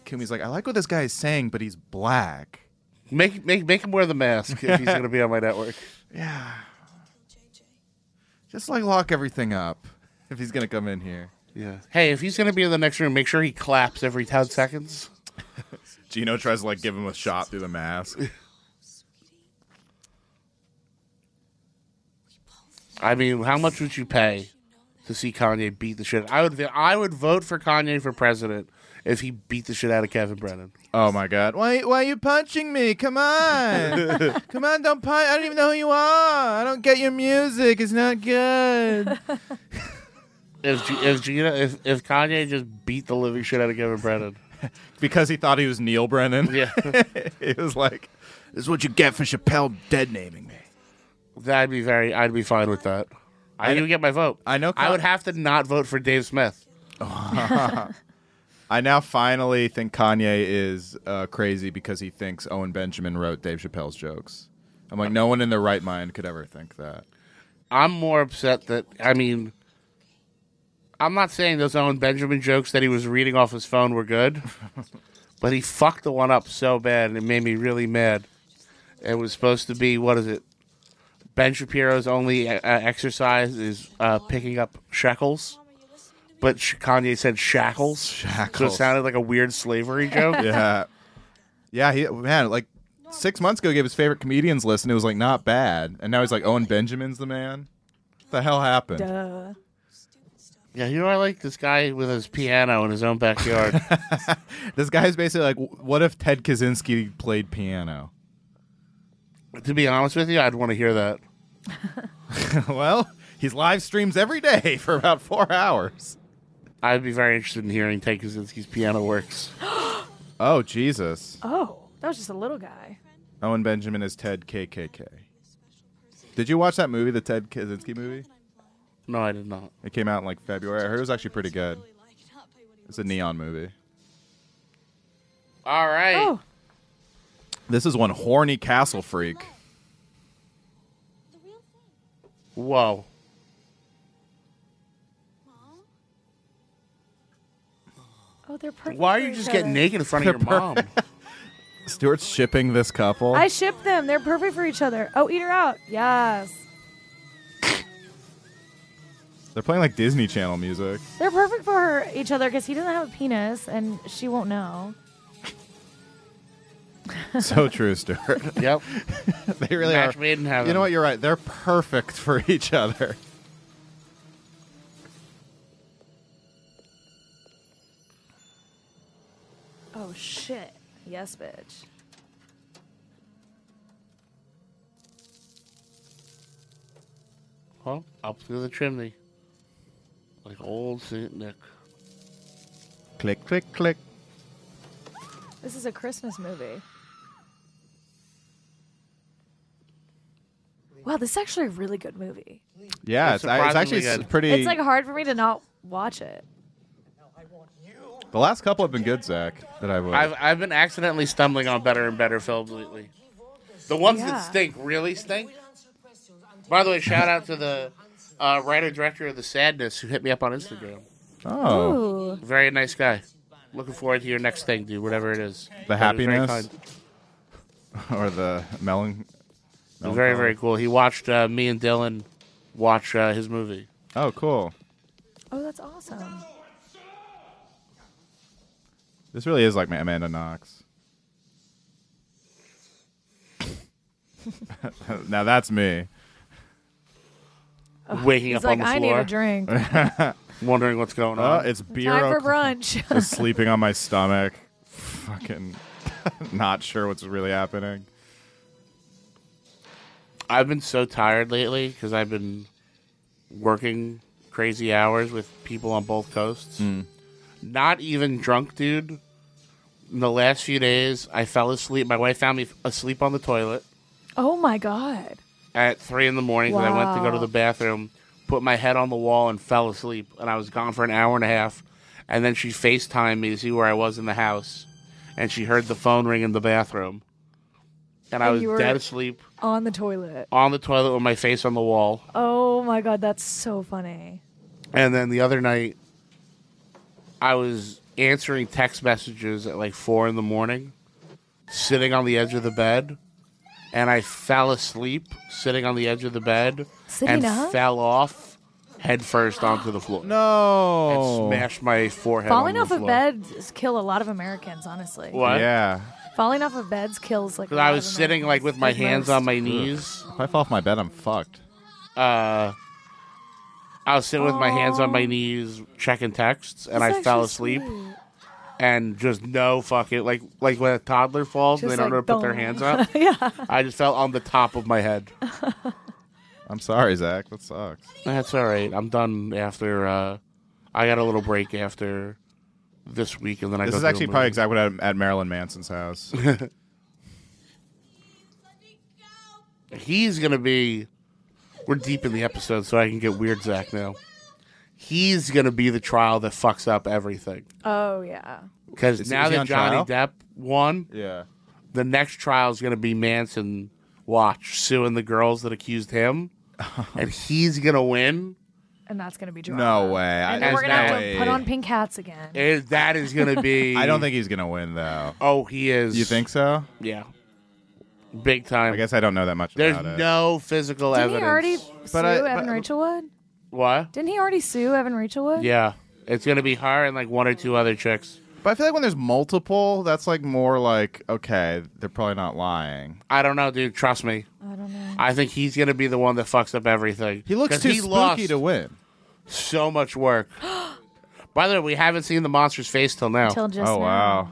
Kumi's like, I like what this guy is saying, but he's black.
Make make make him wear the mask if he's going to be on my network.
Yeah. Just like lock everything up if he's gonna come in here.
Yeah. Hey, if he's going to be in the next room, make sure he claps every ten seconds.
Gino tries to like give him a shot through the mask.
I mean, how much would you pay to see Kanye beat the shit? I would I would vote for Kanye for president if he beat the shit out of Kevin Brennan.
Oh my god. Why why are you punching me? Come on. Come on, don't punch I don't even know who you are. I don't get your music. It's not good.
If G- if Gina if if Kanye just beat the living shit out of Kevin Brennan.
because he thought he was Neil Brennan.
Yeah.
it was like this is what you get for Chappelle dead naming me.
That'd be very. I'd be fine with that. I didn't even get my vote. I know. I would have to not vote for Dave Smith.
I now finally think Kanye is uh, crazy because he thinks Owen Benjamin wrote Dave Chappelle's jokes. I'm like, no one in their right mind could ever think that.
I'm more upset that I mean, I'm not saying those Owen Benjamin jokes that he was reading off his phone were good, but he fucked the one up so bad and it made me really mad. It was supposed to be what is it? Ben Shapiro's only uh, exercise is uh, picking up shekels, but Sh- Kanye said shackles. So it
Shackles.
sounded like a weird slavery joke.
yeah, yeah. He man, like six months ago, gave his favorite comedians list, and it was like not bad. And now he's like Owen Benjamin's the man. What the hell happened?
Duh.
Yeah, you know I like this guy with his piano in his own backyard.
This guy's basically like, "W- what if Ted Kaczynski played piano?
to be honest with you, I'd want to hear that.
well, he's live streams every day for about four hours.
I'd be very interested in hearing Ted Kaczynski's piano works.
oh Jesus!
Oh, that was just a little guy.
Owen Benjamin is Ted KKK. Did you watch that movie, the Ted Kaczynski movie?
No, I did not.
It came out in like February. I heard it was actually pretty good. It's a neon movie.
All right.
Oh.
This is one horny castle freak.
Whoa.
Oh, they're perfect.
Why are
for
you
each
just getting
other.
naked in front of your mom?
Stuart's shipping this couple.
I ship them. They're perfect for each other. Oh, eat her out. Yes.
They're playing like Disney Channel music.
They're perfect for her, each other because he doesn't have a penis and she won't know.
So true, Stuart.
yep.
they really
Match
are.
made in
You
heaven.
know what? You're right. They're perfect for each other.
Oh, shit. Yes, bitch.
Well, up through the chimney. Like old Saint Nick.
Click, click, click.
This is a Christmas movie. Wow, this is actually a really good movie.
Yeah,
That's
it's, I- it's
surprisingly
actually s-
good.
pretty.
It's like hard for me to not watch it.
the last couple have been good, Zach. That I've.
I've I've been accidentally stumbling on better and better films lately. The ones that
Yeah.
stink really stink. By the way, shout out to the uh, writer director of The Sadness who hit me up on Instagram.
Oh.
Very nice guy. Looking forward to your next thing, dude. Whatever it is.
The
That was very
happiness?
kind.
or the melon.
It was Very very cool. He watched uh, me and Dylan watch uh, his movie.
Oh, cool.
Oh, that's awesome.
This really is like my Amanda Knox. now that's me.
Waking
He's
up on
like,
the
I need
floor,
a drink.
wondering what's going
Oh,
on.
it's beer.
Time for
o'clock.
brunch.
Just sleeping on my stomach. Fucking not sure what's really happening.
I've been so tired lately because I've been working crazy hours with people on both coasts. Not even drunk, dude. In the last few days, I fell asleep. My wife found me asleep on the toilet
Oh my god.
at three in the morning because I went to go to
Wow.
the bathroom, put my head on the wall, and fell asleep. And I was gone for an hour and a half. And then she FaceTimed me to see where I was in the house, and she heard the phone ring in the bathroom, and I
And
was
you were-
dead asleep
On the toilet.
on the toilet with my face on the wall.
Oh my god, that's so funny.
And then the other night, I was answering text messages at like four in the morning, sitting on the edge of the bed, and I fell asleep sitting on the edge of the bed
Sitting
and
up?
fell off head first onto the floor.
No,
and smashed my forehead.
Falling
on
off
the
of
floor.
beds kill a lot of Americans, honestly.
What?
Yeah.
Falling off of beds kills like. a
Because I
lot
was
of
sitting like with my
Like
hands
most.
on my
Ugh.
knees.
If I fall off my bed, I'm fucked.
Uh, I was sitting with my hands
Oh.
on my knees, checking texts, and I fell asleep. And just no fucking like like when a toddler falls, and they
Just
don't know
like,
to put their
dong.
hands up.
yeah.
I just fell on the top of my head.
I'm sorry, Zach. That sucks.
That's all right. I'm done after. Uh, I got a little break after this week, and then I.
this
go
is
to a
actually probably
movie.
exactly what I'm at Marilyn Manson's house.
He's gonna be. We're deep in the episode, so I can get weird, Zach. Now, he's gonna be the trial that fucks up everything.
Oh yeah.
Because
Is-
now
is he
that
on
Johnny
trial?
Depp won,
yeah.
the next trial is going to be Manson watch suing the girls that accused him, and he's going to win.
And that's gonna be drama.
No way.
And
I-
then we're gonna have
no
to put
way.
on pink hats again.
Is- that is going to be.
I don't think he's gonna win though.
Oh, he is.
You think so?
Yeah. Big time.
I guess I don't know that much
There's
about it.
no physical
Didn't
evidence.
he already sue
But I-
Evan
but-
Rachel Wood?
What?
Didn't he already sue Evan Rachel Wood?
Yeah, it's gonna be her and like one or two other chicks.
But I feel like when there's multiple, that's like more like okay, they're probably not lying.
I don't know, dude. Trust me. I don't know. I think he's gonna be the one that fucks up everything.
He looks
'Cause
too
he
spooky
lost
to win.
So much work. By the way, we haven't seen the monster's face till now.
Till just
oh
now.
wow.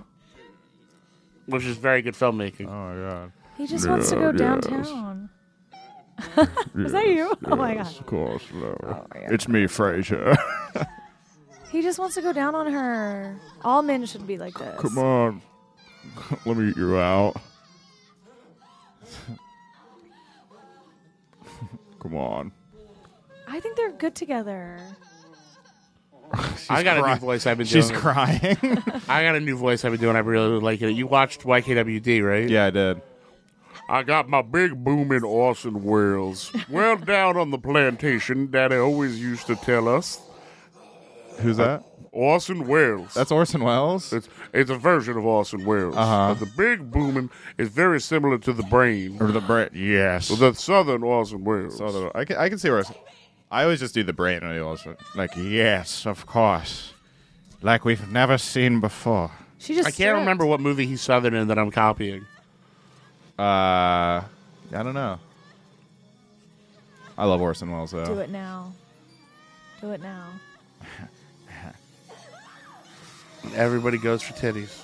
Which is very good filmmaking.
Oh my god.
He just wants to go downtown. Was that you? oh my god.
Of course, no. it's me, Frasier.
He just wants to go down on her. All men should be like this.
Come on. Let me eat you out. Come on.
I think they're good together.
I got a
cry-
new voice I've been
She's
doing.
crying.
I got a new voice I've been doing. I really like it. You watched YKWD, right?
Yeah, I did.
I got my big boom in Orson Welles. well, down on the plantation, Daddy always used to tell us.
Who's that?
Orson Welles.
That's Orson Welles.
It's it's a version of Orson Welles.
Uh-huh.
But the big booming is very similar to the brain.
Or the brain. Yes.
The southern Orson Welles.
Southern. I can, I can see where. it's- I always just do the brain when he was like, yes, of course, like we've never seen before.
She just
I can't remember what movie he's southern in that I'm copying.
Uh, I don't know. I love Orson Welles though.
Do it now. Do it now.
Everybody goes for titties.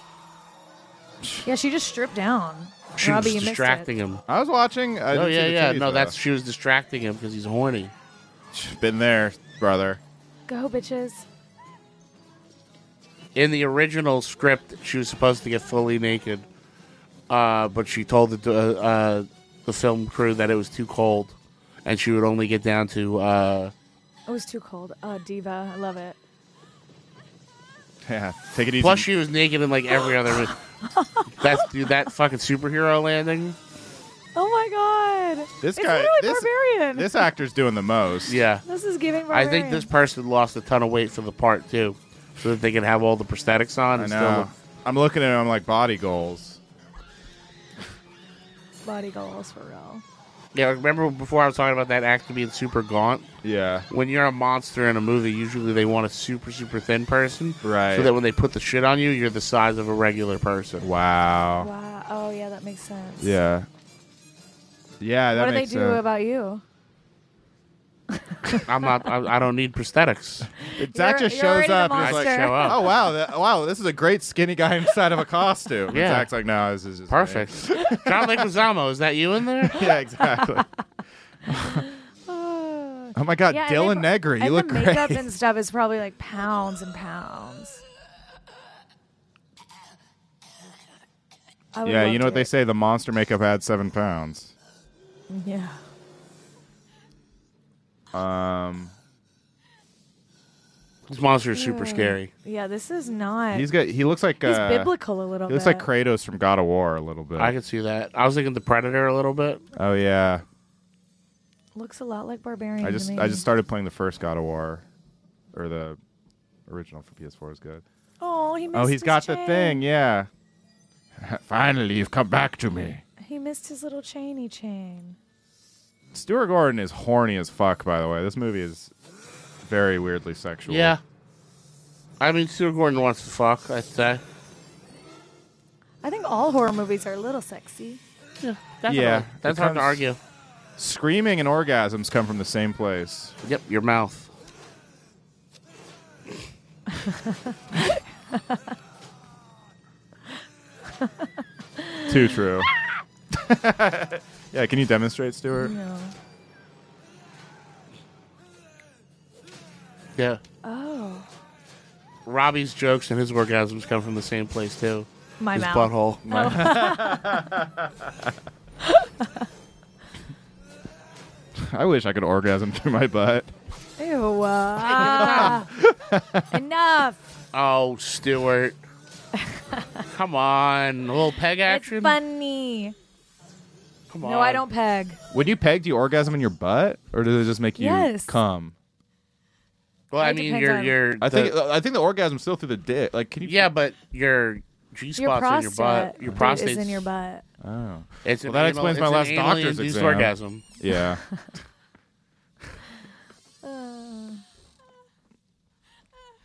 Yeah, she just stripped down.
She
Robbie, you
was
missed it.
distracting him.
I was watching. I
oh
didn't see
yeah,
the
yeah.
titties,
No,
though.
that's she was distracting him because he's horny.
been there, brother.
Go, bitches.
In the original script, she was supposed to get fully naked, uh, but she told the uh, uh, the film crew that it was too cold, and she would only get down to uh,
It was too cold. Oh, diva. I love it.
Yeah, take it easy.
Plus, she was naked in like every other. mo- That's dude, that fucking superhero landing.
Oh my god.
This
it's
guy-
Literally
this-
barbarian.
this actor's doing the most.
Yeah,
This is giving
I
barbarian.
think this person lost a ton of weight for the part too, so that they can have all the prosthetics on.
I
And
know. I'm looking at him. I'm like body goals.
body goals for real.
Still, yeah, remember before I was talking about that actor being super gaunt.
Yeah.
When you're a monster in a movie, usually they want a super super thin person,
Right.
So that when they put the shit on you, you're the size of a regular person.
Wow.
Wow. Oh yeah, that makes sense.
Yeah. Yeah, that
what do they
makes
do
sense.
about you?
I'm not. I, I don't need prosthetics.
Zach
You're-
just
you're
shows
already the
up. and He's
monster.
like,
I show up.
"Oh wow, that, wow, this is a great skinny guy inside of a costume." And
Yeah.
Zach's like, "No, this is just me."
Perfect. John Leguizamo, is that you in there?
yeah, exactly. oh my God,
Yeah, and
Dylan
they-
Negri, you
and
look
the makeup
great.
and stuff is probably like pounds and pounds. I would
yeah,
love
you know
to
what
do
they say: the monster makeup adds seven pounds.
it. Yeah.
Um,
This monster is super scary.
Yeah, this is not.
he's got. He looks like
He's
uh,
biblical a little
He looks
bit.
like Kratos from God of War a little bit.
I could see that. I was thinking the Predator a little bit.
oh yeah,
looks a lot like barbarian.
I
to
just
me.
I just started playing the first God of War, or the original for PS4 is good.
Oh, he missed
Oh, he's
his
got the
chain.
thing. Yeah. Finally, you've come back to me.
He missed his little chainy chain.
Stuart Gordon is horny as fuck, by the way. This movie is very weirdly sexual.
Yeah. I mean, Stuart Gordon wants to fuck, I'd say.
I think all horror movies are a little sexy.
Yeah,
Yeah,
That's
it
hard to
comes-
argue.
Screaming and orgasms come from the same place.
Yep, your mouth.
Too true. yeah, can you demonstrate, Stuart?
No.
Yeah.
Oh,
Robbie's jokes and his orgasms come from the same place, too.
my
his
mouth.
butthole.
I wish I could orgasm through my butt.
Ew. uh, enough.
Oh, Stuart. Come on. A little peg action?
It's funny.
Come on.
No, I don't peg.
When you peg, do you orgasm in your butt, or does it just make you
Yes.
come?
Well, I
It
mean,
depends
you're.
on-
you're
I think uh,
the-
I think the orgasm's still through the dick. Like, can you?
yeah, but your G
Your
spots in your butt.
prostate
Your
is
prostate
in your butt.
Oh.
It's
well,
an anal-
that explains my
it's an
last
anally
doctor's
induced
exam.
orgasm.
Yeah.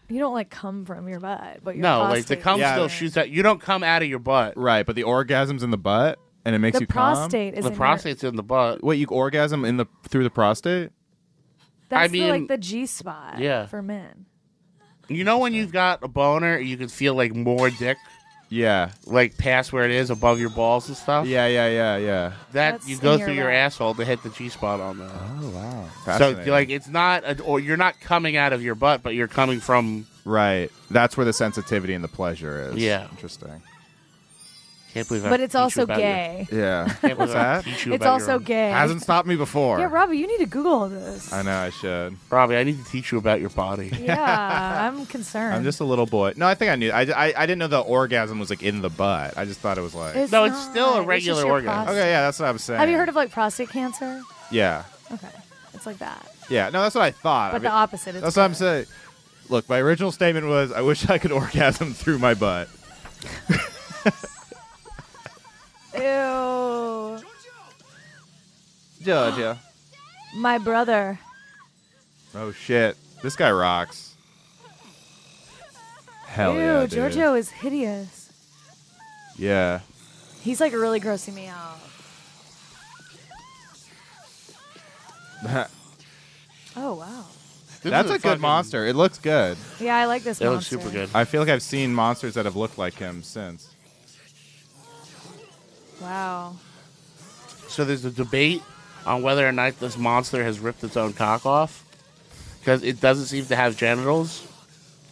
You don't like come from your butt, but your
No, like the
prostate-
cum
Yeah.
still shoots out. You don't come out of your butt.
right, but the orgasm's in the butt and it makes
The
you calm?
prostate is The in
The
your-
prostate's in the butt.
Wait, you orgasm in the through the prostate?
That's
I
the,
mean-
like the G spot.
Yeah.
for men.
You know when you've got a boner, you can feel like more dick.
Yeah.
Like past where it is above your balls and stuff.
Yeah, yeah, yeah, yeah.
That
That's
you go
in your
through your
lap.
asshole to hit the G spot on that.
Oh wow.
So
Fascinating.
like it's not, a, or you're not coming out of your butt, but you're coming from.
Right. That's where the sensitivity and the pleasure is.
Yeah.
Interesting.
Can't believe I
But it's
teach you
also
about
gay.
Yeah.
Your,
What's that?
Teach you
It's
about
also
your,
gay.
Hasn't stopped me before.
yeah, Robbie, you need to Google this.
I know I should.
Robbie, I need to teach you about your body.
yeah, I'm concerned.
I'm just a little boy. No, I think I knew. I, I, I didn't know the orgasm was like in the butt. I just thought it was like.
It's
No, it's still a
not. It's just
regular
your
organ.
prostate.
okay, yeah, that's what I'm saying.
Have you heard of like prostate cancer?
Yeah,
Okay, it's like that,
yeah. No, that's what I thought.
but
I
the
mean,
opposite. Is
that's what I'm saying. Look, my original statement was, I wish I could orgasm through my butt.
Ew.
Georgia.
My brother.
oh shit, this guy rocks. Hell
Ew,
yeah, dude.
Giorgio is hideous.
Yeah.
He's like really grossing me out. Oh wow.
This
That's
is
a good
fucking-
monster. It looks good.
Yeah, I like this
It looks
monster.
super good.
I feel like I've seen monsters that have looked like him since.
Wow.
So there's a debate on whether or not this monster has ripped its own cock off because it doesn't seem to have genitals.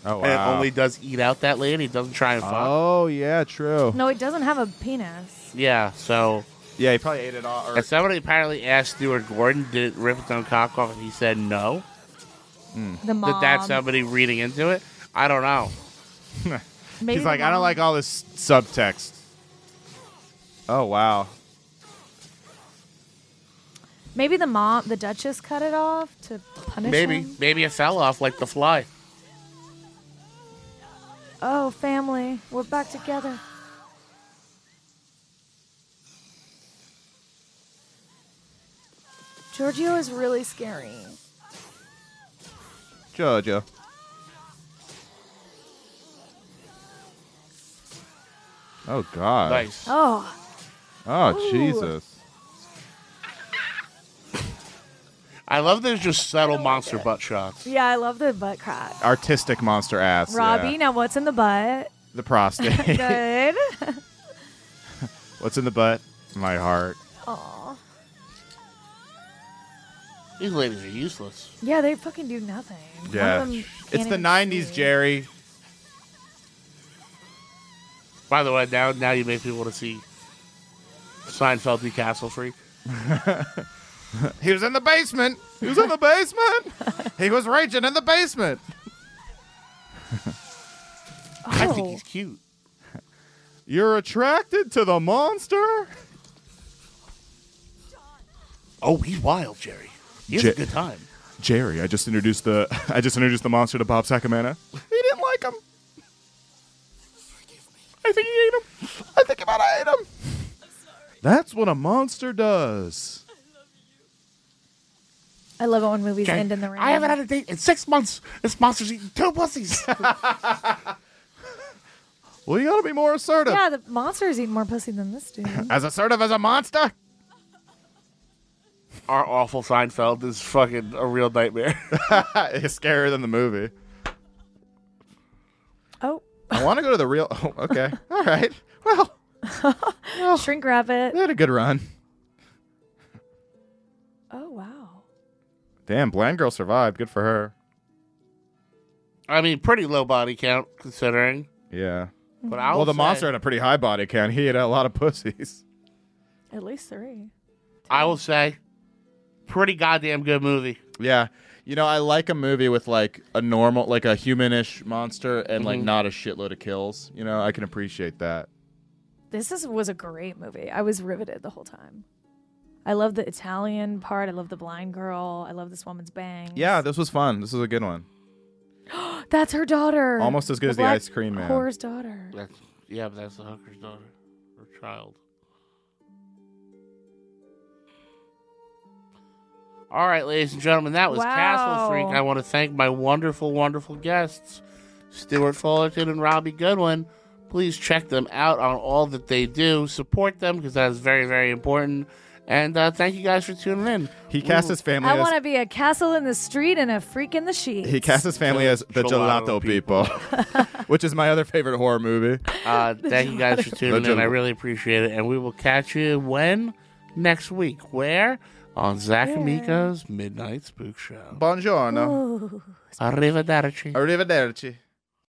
Oh wow.
And it only does eat out that lady. It doesn't try and fuck.
oh yeah, true.
No, it doesn't have a penis.
Yeah, so.
Yeah, he probably ate it all. Or,
And somebody apparently asked Stuart Gordon, did it rip its own cock off? And he said no.
The mom.
Did that
um,
somebody reading into it? I don't know.
Maybe
he's
the
like, I don't
mom-
like all this subtext. Oh wow.
Maybe the mom, the Duchess, cut it off to punish
Maybe.
him.
Maybe it fell off like the fly.
Oh, family, we're back together. Giorgio is really scary.
Jojo. Oh god.
Nice.
Oh,
Oh
Ooh.
Jesus.
I love there's just subtle monster butt shots.
yeah, I love the butt crack.
Artistic monster ass. yeah.
Robbie, now what's in the butt?
The prostate.
Good.
What's in the butt? My heart.
Aw.
These ladies are useless.
Yeah, they fucking do nothing. One of
Yeah.
them
It's
can't
the
even
nineties,
see.
Jerry.
By the way, now now you make me want to see Seinfeld be castle freak.
He was in the basement. He was in the basement. he was raging in the basement.
I think
Oh.
he's cute.
You're attracted to the monster?
Oh, he's wild, Jerry. He has
Ja-
a good time.
Jerry, I just introduced the I just introduced the monster to Bob Sacamana. He didn't like him. I think he ate him. I think about I ate him. That's what a monster does.
Oh, I love it when movies
Okay.
end in the rain.
I haven't had a date in six months. This monster's eating two pussies.
Well, you gotta be more assertive.
Yeah, the monster's eating more pussy than this dude.
As assertive as a monster.
Our awful Seinfeld is fucking a real nightmare.
it's scarier than the movie.
oh,
I want to go to the real. Oh, okay. All right. Well,
shrink wrap it.
they had a good run.
Oh wow.
Damn, Bland Girl survived. Good for her.
I mean, pretty low body count considering.
Yeah.
But I
well,
will
the
say,
monster had a pretty high body count. He ate a lot of pussies.
At least three.
I will say, pretty goddamn good movie.
Yeah. You know, I like a movie with like a normal, like a humanish monster and like
Mhm.
not a shitload of kills. You know, I can appreciate that.
This is, was a great movie. I was riveted the whole time. I love the Italian part. I love the blind girl. I love this woman's bangs.
Yeah, this was fun. This was a good one.
that's her daughter.
Almost as good as the
black
ice cream man.
Whore's daughter.
That's Yeah, but that's the hooker's daughter or child. All right, ladies and gentlemen, that was Castle Freak.
Wow.
I want to thank my wonderful, wonderful guests, Stuart Fullerton and Robbie Goodwin. Please check them out on all that they do. Support them because that is very, very important. And uh, thank you guys for tuning in.
He cast his family
I
as
want to be a castle in the street and a freak in the sheets.
he cast his family as the
Gelato
Gelato people, which is my other favorite horror movie.
Uh, thank you guys for tuning
The
in. I
gel-
really appreciate it. And we will catch you when? Next week. Where? On Zach and Mika's Midnight Spook Show.
Buongiorno.
Ooh.
Arrivederci.
Arrivederci.